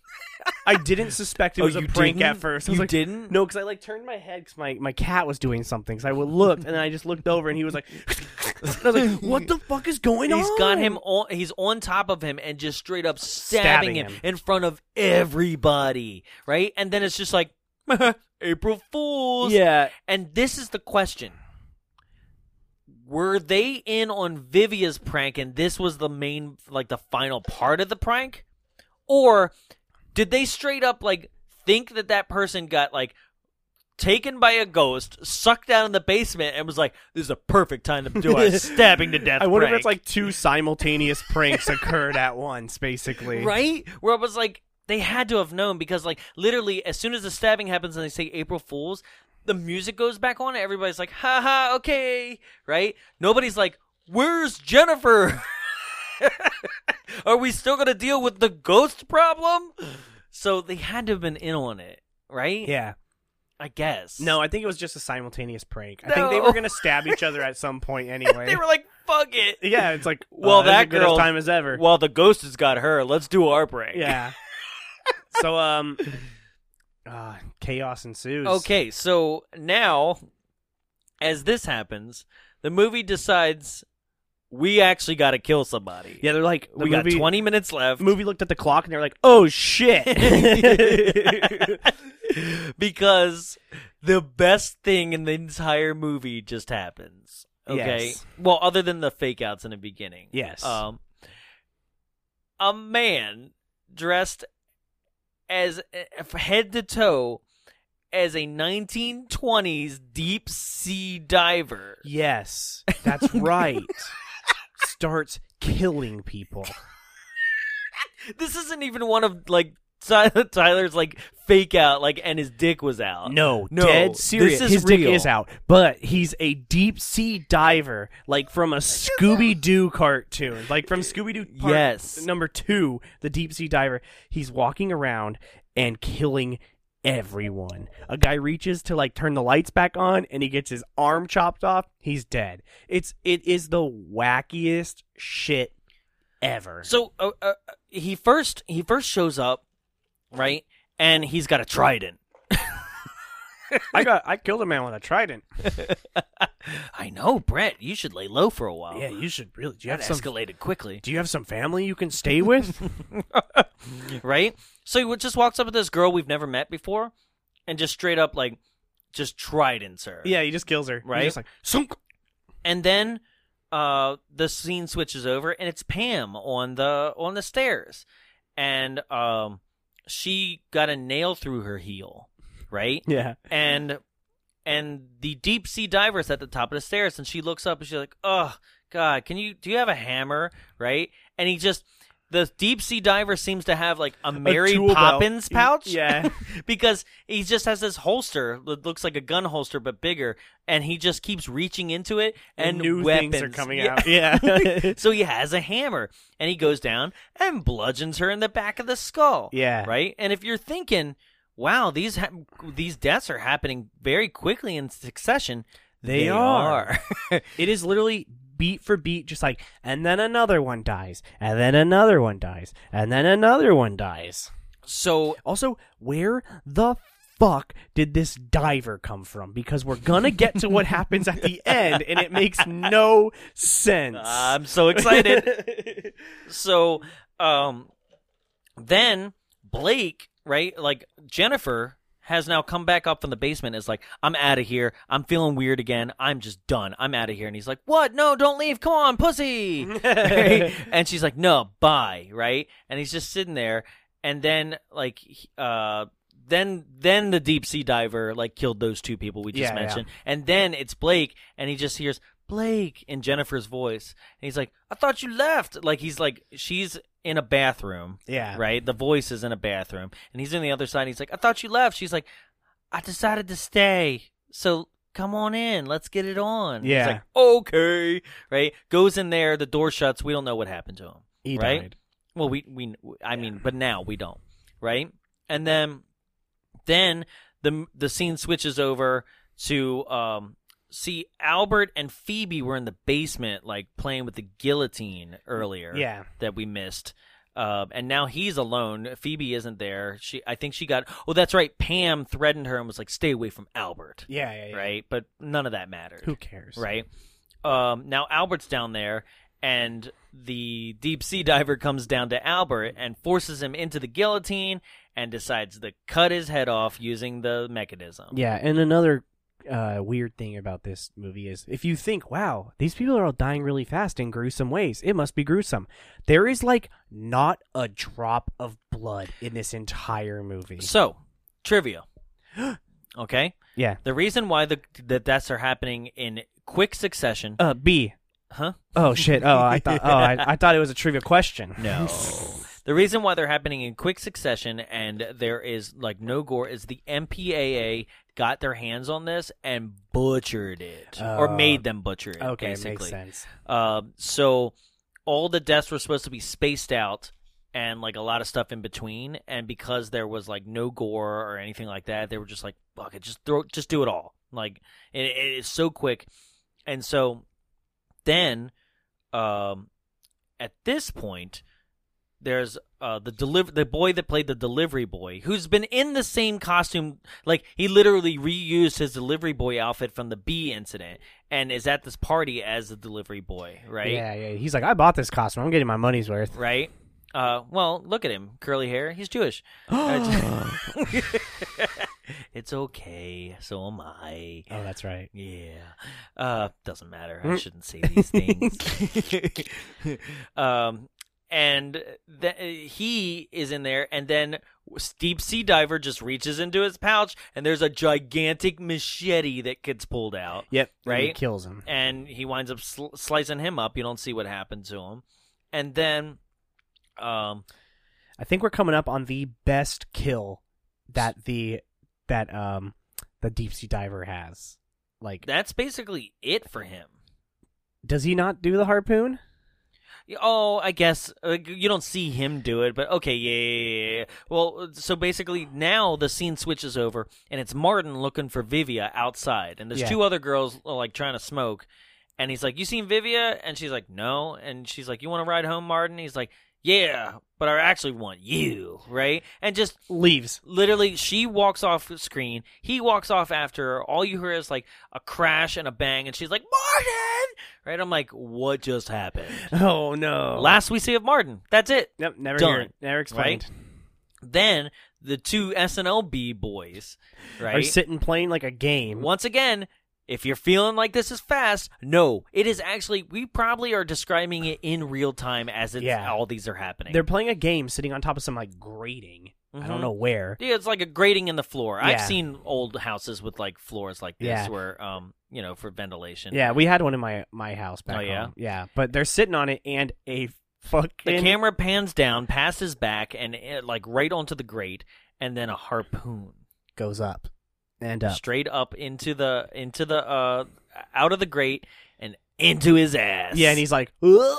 I didn't suspect it Oh, was a you prank didn't? at first. I You was like, didn't? No, because I like turned my head because my, my cat was doing something. So I would- looked and then I just looked over and he was like, [LAUGHS] and I was like, what the fuck is going on? He's got him on. He's on top of him and just straight up Stabbing stabbing, him, him. in front of everybody, right? And then it's just like [LAUGHS] April Fools. Yeah. And this is the question: Were they in on Vivia's prank, and this was the main, like the final part of the prank, or did they straight up like think that that person got like? Taken by a ghost, sucked down in the basement, and was like, "This is a perfect time [LAUGHS] to do a stabbing to death." I wonder prank. if it's like two simultaneous pranks occurred at once, basically. Right? Where I was like, they had to have known because, like, literally, as soon as the stabbing happens and they say April Fools, the music goes back on and everybody's like, "Ha ha, okay. Right? Nobody's like, where's Jennifer? [LAUGHS] Are we still going to deal with the ghost problem? So they had to have been in on it, right? Yeah. I guess. No, I think it was just a simultaneous prank. I think they were No. going to stab each other at some point anyway. [LAUGHS] They were like, fuck it. yeah, it's like, [LAUGHS] Well, well, that's that as good girl- as time as ever. Well, the ghost has got her. Let's do our break. [LAUGHS] Yeah. so um uh, chaos ensues. Okay, so now, as this happens, the movie decides we actually got to kill somebody. Yeah, they're like the we movie, got 20 minutes left. movie looked at the clock and they're like, "Oh [LAUGHS] shit." because the best thing in the entire movie just happens. Okay. Yes. Well, other than the fake outs in the beginning. Yes. Um, a man dressed as eh, head to toe as a 1920s deep sea diver. yes. That's right. [LAUGHS] Starts killing people. This isn't even one of like [LAUGHS] Ty- Tyler's like fake out like and his dick was out. Uh, No, No, dead this serious. is His real. dick is out, but he's a deep sea diver, like from a Scooby Doo cartoon, like from Scooby Doo. Yes. number two, the deep sea diver. He's walking around and killing everyone. A guy reaches to like turn the lights back on, and he gets his arm chopped off. He's dead. It's it is the wackiest shit ever. So uh, uh, he first he first shows up, right? And he's got a trident. I got I killed a man with a trident. I know, Brett. You should lay low for a while. Yeah, you should really. Do you that have some? escalated quickly, Do you have some family you can stay with? right? So he just walks up to this girl we've never met before, and just straight up like just tridents her. Yeah, he just kills her. He's Right? just like, "Sunk." and then uh the scene switches over and it's Pam on the on the stairs and um she got a nail through her heel right Yeah. and and the deep sea diver's at the top of the stairs and she looks up and she's like oh god can you do you have a hammer right and he just the deep sea diver seems to have like a Mary tool belt. Poppins pouch. Yeah. [LAUGHS] because he just has this holster that looks like a gun holster but bigger, and he just keeps reaching into it, and new weapons things are coming Yeah. out. [LAUGHS] Yeah. so he has a hammer, and he goes down and bludgeons her in the back of the skull. Yeah. right. And if you're thinking, "Wow, these ha- these deaths are happening very quickly in succession," They are. It is literally beat for beat, just like, and then another one dies, and then another one dies, and then another one dies. [LAUGHS] so Also, where the fuck did this diver come from? Because we're gonna get to what happens at [LAUGHS] the end, and it makes no sense. I'm so excited. [LAUGHS] so, um, then Blake, right? Like Jennifer has now come back up from the basement. Is like, I'm out of here. I'm feeling weird again. I'm just done. I'm out of here. And he's like, What? No, don't leave. Come [LAUGHS] on, pussy. [LAUGHS] Right? and she's like, No, bye. Right? And he's just sitting there. And then like, he- uh. Then, then the deep sea diver like killed those two people we just Yeah, yeah. mentioned, and then it's Blake, and he just hears Blake in Jennifer's voice. And he's like, I thought you left. Like, he's like, she's in a bathroom. Yeah. Right? The voice is in a bathroom. And he's on the other side. And he's like, I thought you left. She's like, I decided to stay. So come on in. Let's get it on. Yeah. He's like, okay. Right? Goes in there. The door shuts. We don't know what happened to him. He right? died. Well, we, we, I mean, but now we don't. Right? And then then the the scene switches over to um see Albert and Phoebe were in the basement like playing with the guillotine earlier Yeah. that we missed. Um, and now he's alone. Phoebe isn't there. She, I think she got. Oh, that's right. Pam threatened her and was like, "Stay away from Albert." Yeah, yeah, yeah. Right. But none of that mattered. Who cares? Right. Um, now Albert's down there, and the deep sea diver comes down to Albert and forces him into the guillotine and decides to cut his head off using the mechanism. Yeah, and another uh, weird thing about this movie is if you think, wow, these people are all dying really fast in gruesome ways, it must be gruesome. There is like not a drop of blood in this entire movie. So, trivia. [GASPS] okay. yeah. The reason why the the deaths are happening in quick succession, Uh, B. huh? Oh shit. Oh, [LAUGHS] I thought. Oh, I, I thought it was a trivia question. No. [LAUGHS] the reason why they're happening in quick succession and there is like no gore is the MPAA got their hands on this and butchered it or Oh. made them butcher it. Okay, basically. makes sense. Um, so all the deaths were supposed to be spaced out and like a lot of stuff in between. And because there was like no gore or anything like that, they were just like, fuck it, just throw, just do it all. Like it, it is so quick. And so then, um, at this point, there's uh, the deliver the boy that played the delivery boy who's been in the same costume like he literally reused his delivery boy outfit from the bee incident and is at this party as the delivery boy right Yeah, yeah. He's like, I bought this costume. I'm getting my money's worth. right uh, well look at him curly hair he's jewish Uh, [LAUGHS] it's okay so am i Oh, that's right. yeah. Uh doesn't matter. I shouldn't say these things. [LAUGHS] um and th- he is in there and then deep sea diver just reaches into his pouch and there's a gigantic machete that gets pulled out Yep. and he Right? kills him. and he winds up sl- slicing him up you don't see what happened to him and then um I think we're coming up on the best kill that the that um the deep sea diver has. Like, that's basically it for him does he not do the harpoon? Oh, I guess uh, you don't see him do it, but okay, yeah, yeah, yeah, yeah. Well, so basically now the scene switches over, and it's Martin looking for Vivia outside, and there's Yeah. two other girls uh, like trying to smoke, and he's like, "You seen Vivia?" And she's like, "No," and she's like, "You want to ride home, Martin?" He's like, "Yeah, but I actually want you, right?" And just Leaves. literally she walks off the screen he walks off after her all you hear is like a crash and a bang and she's like martin right i'm like what just happened Oh no. Last we see of Martin. That's it. Nope, never Done. heard. Never explained. Then the two SNL B boys, Are right? sitting playing like a game. Once again, if you're feeling like this is fast, no, it is actually. We probably are describing it in real time as it's Yeah. all these are happening. They're playing a game sitting on top of some like grating. I Mhm. don't know where. yeah, it's like a grating in the floor. I've Yeah. seen old houses with like floors like this, Yeah. where um, you know, for ventilation. Yeah, we had one in my my house back Oh, yeah? home. Yeah, but they're sitting on it and a fucking The camera pans down past his back and it, like right onto the grate, and then a harpoon goes up and up. straight up into the into the uh out of the grate and into his ass. Yeah, and he's like, "Ugh."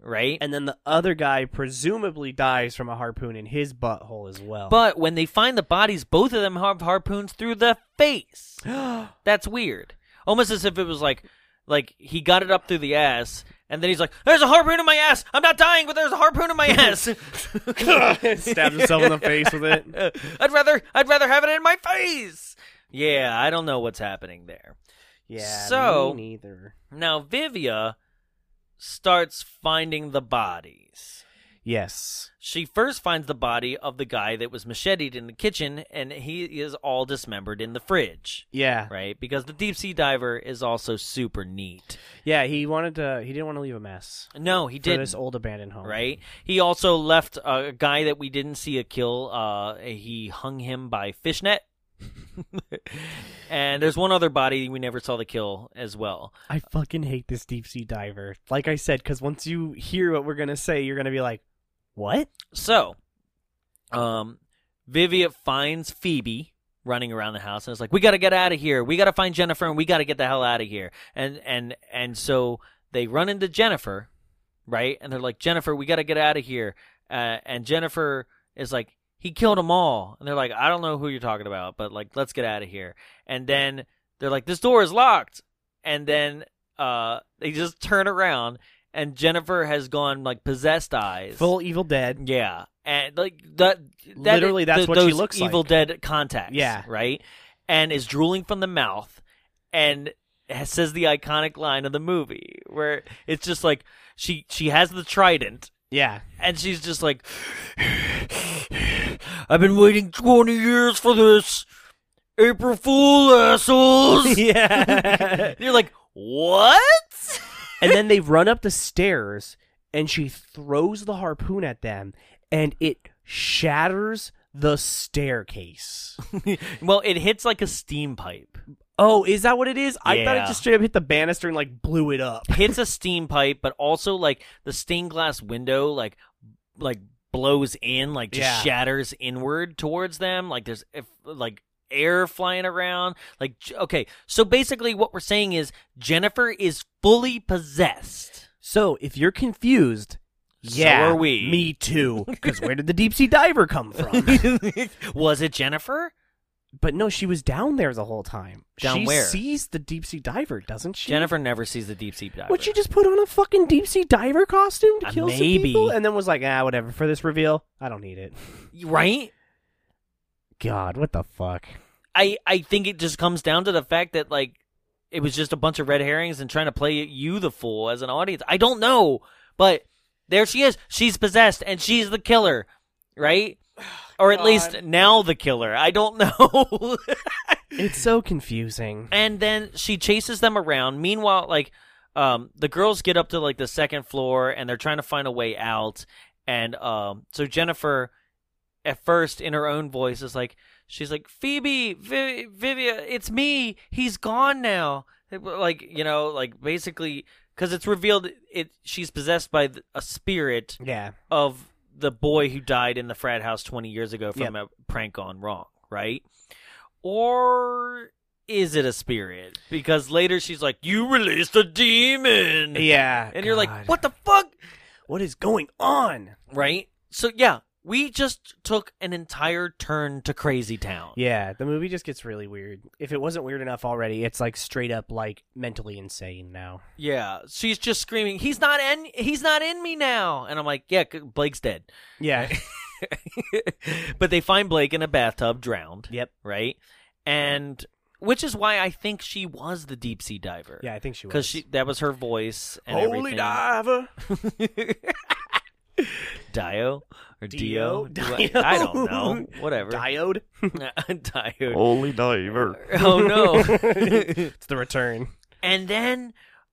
right. and then the other guy presumably dies from a harpoon in his butthole as well. [LAUGHS] but when they find the bodies, both of them have harpoons through the [GASPS] face. That's weird. Almost as if it was like like he got it up through the ass. And then he's like, "There's a harpoon in my ass. I'm not dying, but there's a harpoon in [LAUGHS] my ass." [LAUGHS] stabs himself in the face with it. Uh, I'd rather I'd rather have it in my face. Yeah, I don't know what's happening there. Yeah, So- me neither. Now Vivia starts finding the bodies. Yes, She first finds the body of the guy that was macheted in the kitchen and he is all dismembered in the fridge, yeah, right? Because the deep sea diver is also super neat. yeah. He wanted to. He didn't want to leave a mess No, he for didn't. this old abandoned home. right? He also left a guy that we didn't see a kill. Uh, he hung him by fishnet. [LAUGHS] and there's one other body we never saw the kill as well. I fucking hate this deep sea diver. Like I said, because once you hear what we're gonna say, you're gonna be like, "What?" So, um, Vivia finds Phoebe running around the house and is like, "We got to get out of here. We got to find Jennifer, and we got to get the hell out of here." And and and so they run into Jennifer, right? And they're like, "Jennifer, we got to get out of here." Uh, and Jennifer is like, "He killed them all." And they're like, "I don't know who you're talking about, but like, let's get out of here." And then they're like, "This door is locked." And then uh, they just turn around, and Jennifer has gone like possessed eyes, Full Evil Dead. yeah, and like that. that Literally, that's th- what she those looks Evil like. Dead contacts. Yeah. right. And is drooling from the mouth, and has- says the iconic line of the movie where it's just like she she has the trident Yeah, and she's just like, I've been waiting twenty years for this. April Fool assholes. [LAUGHS] [LAUGHS] [LAUGHS] yeah. You're like what? [LAUGHS] and then they run up the stairs and she throws the harpoon at them and it shatters the staircase. well, it hits like a steam pipe. Oh, is that what it is? I thought it Yeah. just straight up hit the banister and like blew it up. hits a steam pipe, but also like the stained glass window, like like blows in, like just Yeah. shatters inward towards them. Like there's if, like air flying around. Like j- okay, so basically what we're saying is Jennifer is fully possessed. So if you're confused, yeah, are we. Me too. Because where did the deep sea diver come from? [LAUGHS] Was it Jennifer? but no, she was down there the whole time. Down she where? sees the deep sea diver, doesn't she? Jennifer never sees the deep sea diver. Would she just put on a fucking deep sea diver costume to Uh, kill some maybe. people, and then was like, ah, whatever for this reveal, I don't need it. right? God, what the fuck? I I think it just comes down to the fact that like it was just a bunch of red herrings and trying to play you the fool as an audience. I don't know, but there she is. She's possessed and she's the killer, right? Or at least now the killer. I don't [LAUGHS] know. It's so confusing. and then she chases them around. Meanwhile, like um, the girls get up to like the second floor and they're trying to find a way out. And um, so Jennifer, at first in her own voice, is like, she's like, Phoebe, Vi- Vivia, it's me. He's gone now. Like you know, like basically, because it's revealed it she's possessed by th- a spirit Yeah. of the boy who died in the frat house 20 years ago Yep. from a prank gone wrong, right? Or is it a spirit? Because later she's like, "You released a demon." Yeah. And you're God. like, "What the fuck?" What is going on? Right? So yeah, we just took an entire turn to crazy town. Yeah, the movie just gets really weird. If it wasn't weird enough already, it's like straight up like mentally insane now. Yeah. She's just screaming, "He's not in he's not in me now." And I'm like, "Yeah, c- [LAUGHS] Blake's dead." Yeah. but they find Blake in a bathtub drowned. yep. right? And which is why I think she was the deep sea diver. Yeah, I think she was. because she that was her voice and everything. diver. Dio or Dio? Dio? Dio. Do I, I don't know. [LAUGHS] Whatever. [LAUGHS] Diode. Dio. Holy diver. [LAUGHS] [LAUGHS] Oh no. [LAUGHS] it's the return. and then,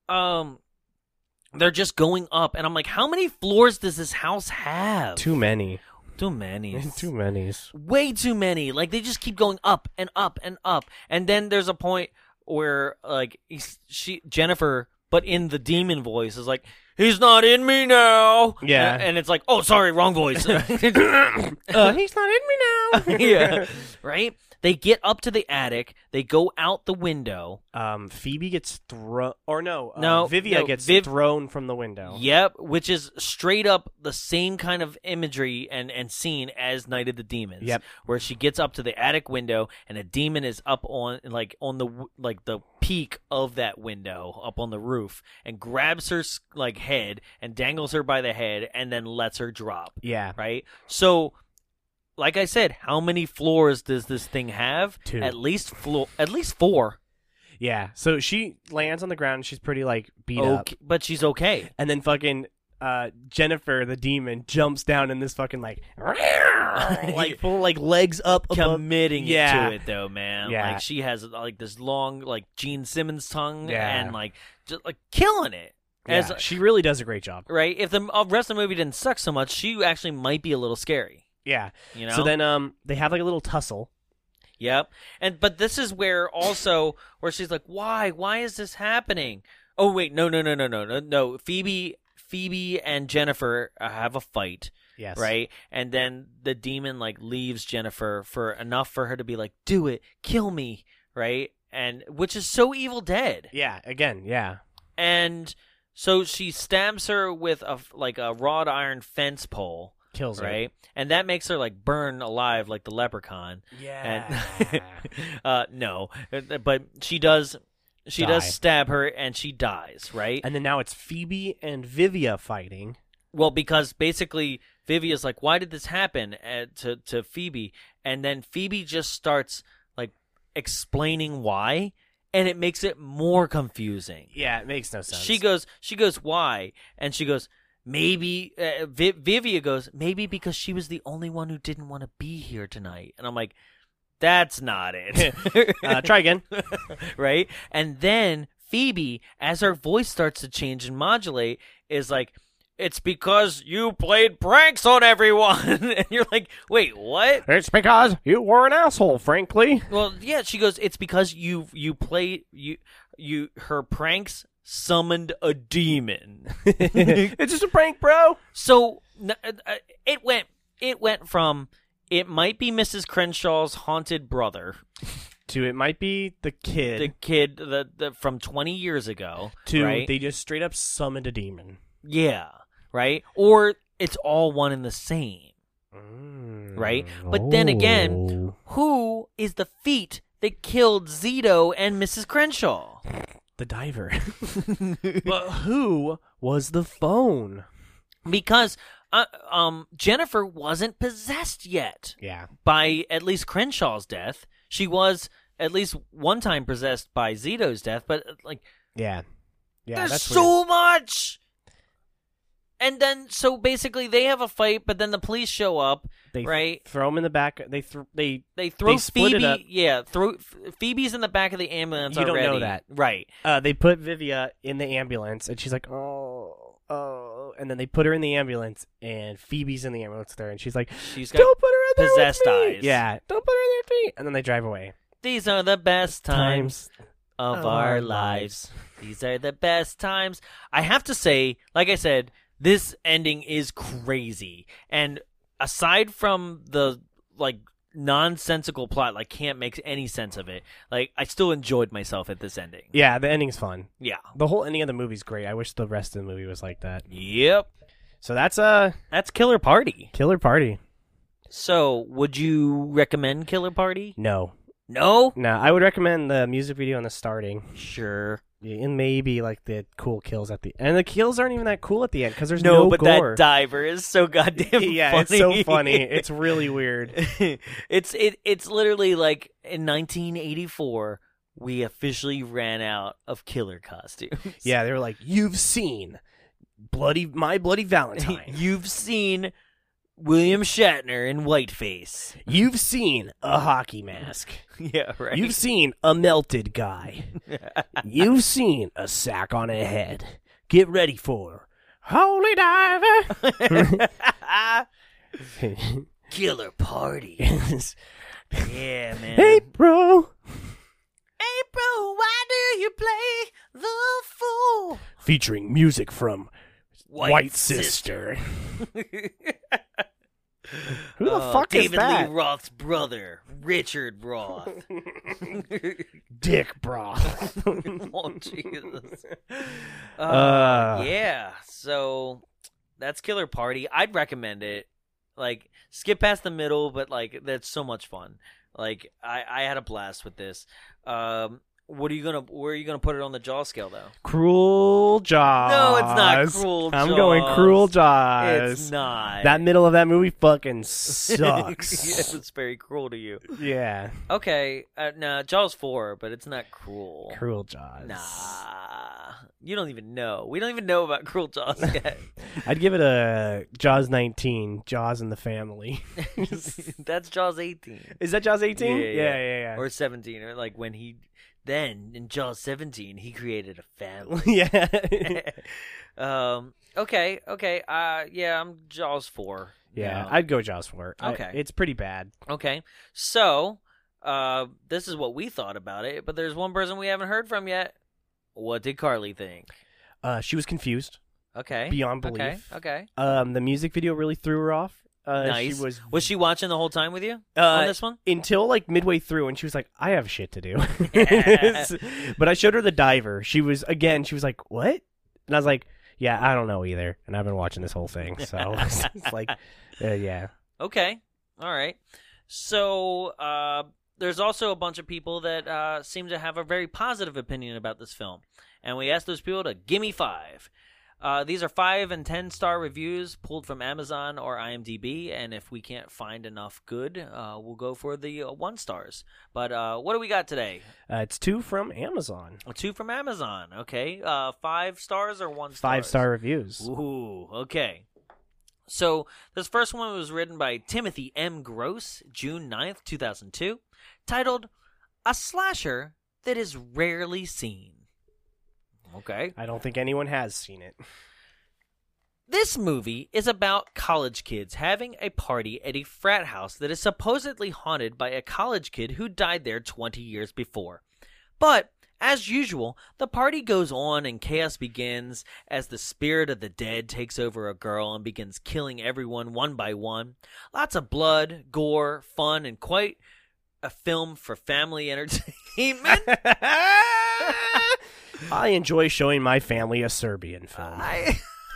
um, they're just going up, and I'm like, how many floors does this house have? Too many. too many. [LAUGHS] Too many. way too many. Like they just keep going up and up and up. And then there's a point where like he's- she Jennifer but in the demon voice is like, he's not in me now. Yeah. And, and it's like, oh, sorry, wrong voice. [LAUGHS] Uh, he's not in me now. yeah. Right? They get up to the attic, they go out the window. [LAUGHS] Um, Phoebe gets thrown, or no, uh, No, Vivia no, gets Viv- thrown from the window. Yep, which is straight up the same kind of imagery and, and scene as Night of the Demons. Yep. where she gets up to the attic window and a demon is up on like on the w- like the peak of that window up on the roof and grabs her s- like head and dangles her by the head and then lets her drop. Yeah. Right. So, like I said, how many floors does this thing have? Two. At least floor. At least four. Yeah. So she lands on the ground. and She's pretty like beat up. Okay, but she's okay. And then fucking uh, Jennifer the demon jumps down in this fucking like [LAUGHS] like full like legs up above. committing Yeah. it to it though, man. Yeah. Like she has like this long like Gene Simmons tongue Yeah. and like just like killing it. As Yeah, she really does a great job. right, if the uh, rest of the movie didn't suck so much, she actually might be a little scary. Yeah. You know. So then um they have like a little tussle. Yep. And but this is where also where she's like, "Why? Why is this happening?" Oh wait, no, no, no, no, no, no, no. Phoebe, Phoebe, and Jennifer uh, have a fight. Yes. Right? And then the demon like leaves Jennifer for enough for her to be like, "Do it, kill me," right? And which is so Evil Dead. Yeah. Again. Yeah. And so she stabs her with a f- like a wrought iron fence pole, Kills her. right? And that makes her like burn alive like the leprechaun. Yeah. And [LAUGHS] uh, no, but she does. She Die. does stab her and she dies, right? [LAUGHS] and then now it's Phoebe and Vivia fighting. Well, because basically Vivia's like, "Why did this happen?" Uh, to to Phoebe, and then Phoebe just starts like explaining why, and it makes it more confusing. Yeah. It makes no sense. She goes, she goes, why? And she goes, maybe. Uh, Vi- Vivia goes, maybe because she was the only one who didn't want to be here tonight. And I'm like, that's not it, [LAUGHS] Uh, try again. right? And then Phoebe, as her voice starts to change and modulate, is like. It's because you played pranks on everyone, [LAUGHS] and you're like, "Wait, what?" [LAUGHS] It's because you were an asshole, [LAUGHS] frankly. Well, yeah, she goes. It's because you you play you you her pranks summoned a demon. [LAUGHS] it's just a prank, bro. so n- uh, uh, it went it went from it might be Mrs. Crenshaw's haunted brother, To it might be the kid. the kid the, the from twenty years ago. to right? they just straight up summoned a demon. yeah, right. Or it's all one and the same, Mm. right? But then again, Oh. who is the feat that killed Zito and Mrs. Crenshaw? The [LAUGHS] diver. but who was the phone? because uh, um, Jennifer wasn't possessed yet Yeah. by at least Crenshaw's death. She was at least one time possessed by Zito's death, but uh, like Yeah. Yeah. there's that's so much. And then so basically they have a fight, but then the police show up. weird. They right. Throw him in the back. They thr they They throw They split it Phoebe. up. Yeah, throw Ph- Phoebe's in the back of the ambulance You don't already. know that. right? uh, they put Vivia in the ambulance, and she's like, oh, oh, and then they put her in the ambulance, and Phoebe's in the ambulance with her, and she's like, She's got don't put her in there with possessed me." eyes. Yeah, don't put her in there with me. And then they drive away. These are the best times. of of our our lives. These are the best times. I have to say, like I said, this ending is crazy. And aside from the like nonsensical plot, like can't make any sense of it, like I still enjoyed myself at this ending. Yeah, the ending's fun. Yeah. The whole ending of the movie's great. I wish the rest of the movie was like that. Yep. So that's a That's Killer Party. killer party. So, would you recommend Killer Party? No, No? no, I would recommend the music video and the starting, Sure. and maybe like the cool kills at the end. The kills aren't even that cool at the end because there's No, no, but gore. [LAUGHS] that diver is so goddamn yeah, funny. it's so funny. [LAUGHS] It's really weird. it's it it's literally like in 1984 we officially ran out of killer costumes. [LAUGHS] Yeah, they were like, "You've seen bloody my bloody [LAUGHS] Valentine. You've seen William Shatner [LAUGHS] in whiteface. You've seen a hockey mask. Yeah, right. You've seen a melted [LAUGHS] guy. You've seen a sack on a head. Get ready for Holy Diver." [LAUGHS] [LAUGHS] killer party. hey, Yeah, man. bro. April, why do you play The Fool. featuring music from White, White Sister. Sister. [LAUGHS] Who the fuck Uh, David is that? Lee Roth's brother, Richard Roth. [LAUGHS] [LAUGHS] Dick Uh, broth. [LAUGHS] oh Jesus. [LAUGHS] Uh, Uh. yeah. So that's Killer Party. I'd recommend it. Like skip past the middle, but like that's so much fun. Like I, I had a blast with this. Um, what are you gonna? Where are you gonna put it on the jaw scale though? cruel Jaws. No, it's not Cruel I'm going Jaws. Cruel Jaws. It's not Uh, That middle of that movie fucking sucks. [LAUGHS] yes, it's very cruel to you. yeah. Okay, uh, nah, Jaws four, but it's not cruel. Cruel Jaws. Nah, you don't even know. We don't even know about [LAUGHS] Cruel Jaws [LAUGHS] yet. I'd give it a Jaws 19, Jaws and the [LAUGHS] Family. That's Jaws eighteen. Is that Jaws 18? Yeah, yeah, yeah, yeah. yeah. or 17 or like when he then in jaws 17 he created a family [LAUGHS] [LAUGHS] yeah. um okay okay uh yeah i'm jaws 4 Yeah, now. I'd go Jaws for it. I- Okay. it's pretty bad. okay so uh this is what we thought about it but there's one person we haven't heard from yet what did carly think Uh, she was confused. okay Beyond okay belief. okay Um, the music video really threw her off. Uh, nice She was she watching the whole time with you uh, on this one until like midway through, and she was like, "I have shit to do." [LAUGHS] but I showed her the diver. She was again. She was like, "What?" And I was like, "Yeah, I don't know either." And I've been watching this whole thing, so [LAUGHS] it's like, uh, yeah, Okay. All right. So uh, there's also a bunch of people that uh, seem to have a very positive opinion about this film, and we asked those people to give me five. Uh, these are five and ten star reviews pulled from Amazon or IMDb, and if we can't find enough good, uh, we'll go for the uh, one stars. But uh, what do we got today? uh, it's two from Amazon, Two from Amazon. Okay, uh, five stars or one star? five star reviews. Ooh, okay. So this first one was written by Timothy M. Gross, June 9th, 2002, titled A Slasher That Is Rarely Seen. Okay. I don't think anyone has seen [LAUGHS] it. [LAUGHS] This movie is about college kids having a party at a frat house that is supposedly haunted by a college kid who died there 20 years before. But, as usual, the party goes on and chaos begins as the spirit of the dead takes over a girl and begins killing everyone one by one. Lots of blood, gore, fun, and quite a film for family [LAUGHS] entertainment. I enjoy showing my family a Serbian film. I. [LAUGHS]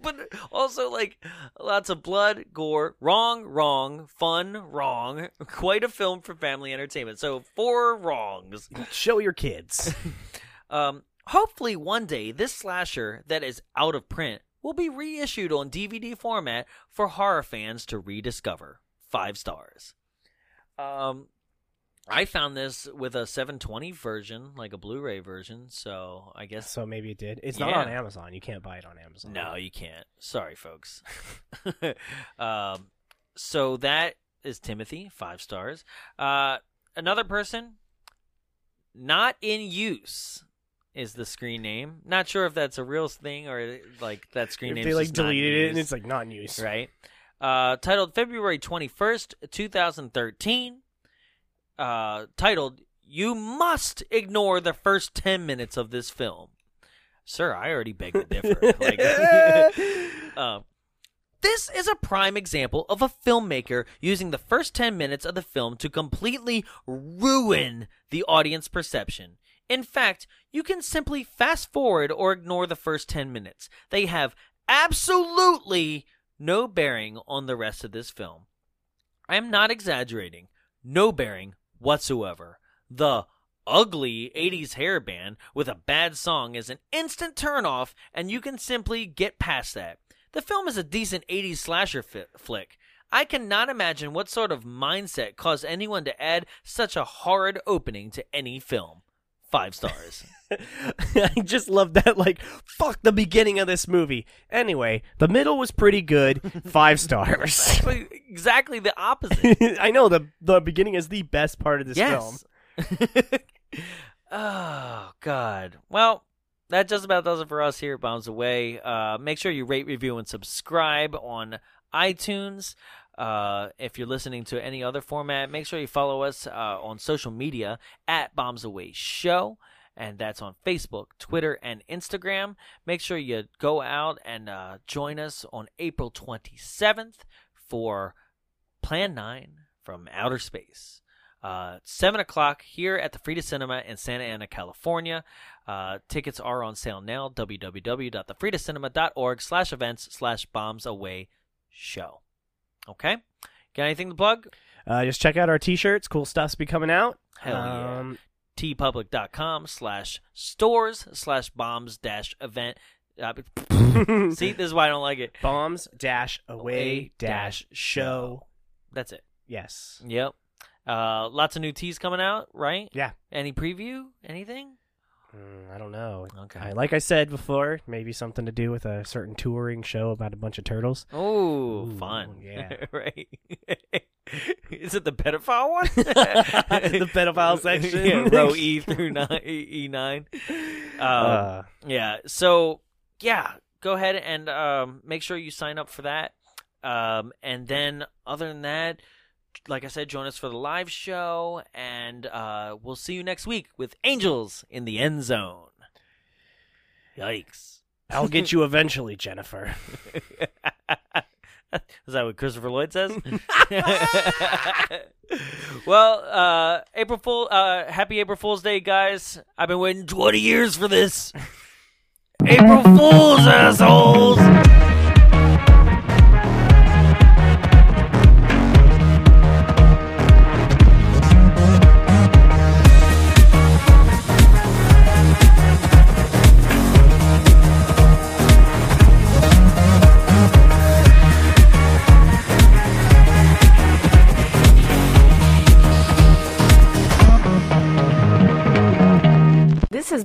but also like lots of blood, gore, wrong, wrong, fun, wrong. [LAUGHS] Quite a film for family entertainment. So four wrongs. Show your kids. Um, hopefully one day this slasher that is out of print will be reissued on DVD format for horror fans to rediscover. Five stars. Um, I found this with a 720 version, like a Blu-ray version. So I [LAUGHS] guess so maybe it did. It's not Yeah. on Amazon. You can't buy it on Amazon. No, you can't. Sorry, folks. [LAUGHS] um, so that is Timothy, five stars. Uh, another person, not in use, is the screen name. Not sure if that's a real thing or like that screen If name. they like deleted it and it's like not in use. right. Uh, titled February twenty first, two thousand thirteen. Uh, titled "You Must Ignore the First Ten Minutes of This Film." Sir, I already beg to differ. like, [LAUGHS] um, this is a prime example of a filmmaker using the first 10 minutes of the film to completely ruin the audience perception. In fact, you can simply fast forward or ignore the first 10 minutes. They have absolutely no bearing on the rest of this film. I am not exaggerating. No bearing whatsoever. The ugly 80s hair band with a bad song is an instant turnoff, and you can simply get past that. The film is a decent 80s slasher fi- flick. I cannot imagine what sort of mindset caused anyone to add such a horrid opening to any film. Five stars. [LAUGHS] I just love that. Like, fuck the beginning of this movie. Anyway, the middle was pretty good. [LAUGHS] Five stars. [LAUGHS] Actually, exactly the opposite. I know the the beginning is the best part of this film. [LAUGHS] oh God. Well, that just about does it for us here at Bombs Away. Uh, make sure you rate, review, and subscribe on iTunes. Uh, if you're listening to any other format, make sure you follow us uh, on social media at Bombs Away Show. and that's on Facebook, Twitter, and Instagram. Make sure you go out and uh, join us on April 27th for Plan 9 from Outer Space. Uh, 7 o'clock here at the Frida Cinema in Santa Ana, California. Uh, tickets are on sale now, www.thefridacinema.org slash events slash bombs away show. Okay? Got anything to plug? Uh, just check out our t-shirts. Cool stuff's be coming out. Hell yeah. Um, tpublic.com slash stores slash bombs dash event. [LAUGHS] Uh, [LAUGHS] see, this is why I don't like it. Bombs dash away dash show. That's it. Yes. Yep. Uh, lots of new teas coming out, right? Yeah. Any preview? Anything? Mm, I don't know. Okay. I- like I said before, maybe something to do with a certain touring show about a bunch of turtles. Oh, Ooh, fun. yeah. [LAUGHS] right. Is it the pedophile [LAUGHS] one? [LAUGHS] The pedophile section. yeah, [LAUGHS] row E through nine, E nine. Um, Uh, Yeah. So yeah, go ahead and um, make sure you sign up for that. Um, and then other than that, like I said, join us for the live show, and uh, we'll see you next week with Angels in the End Zone. Yikes! I'll get you eventually, Jennifer. Is that what Christopher Lloyd says? [LAUGHS] well, uh, April Fool, uh, happy April Fool's Day, guys! I've been waiting 20 years for this. April Fools, assholes! This has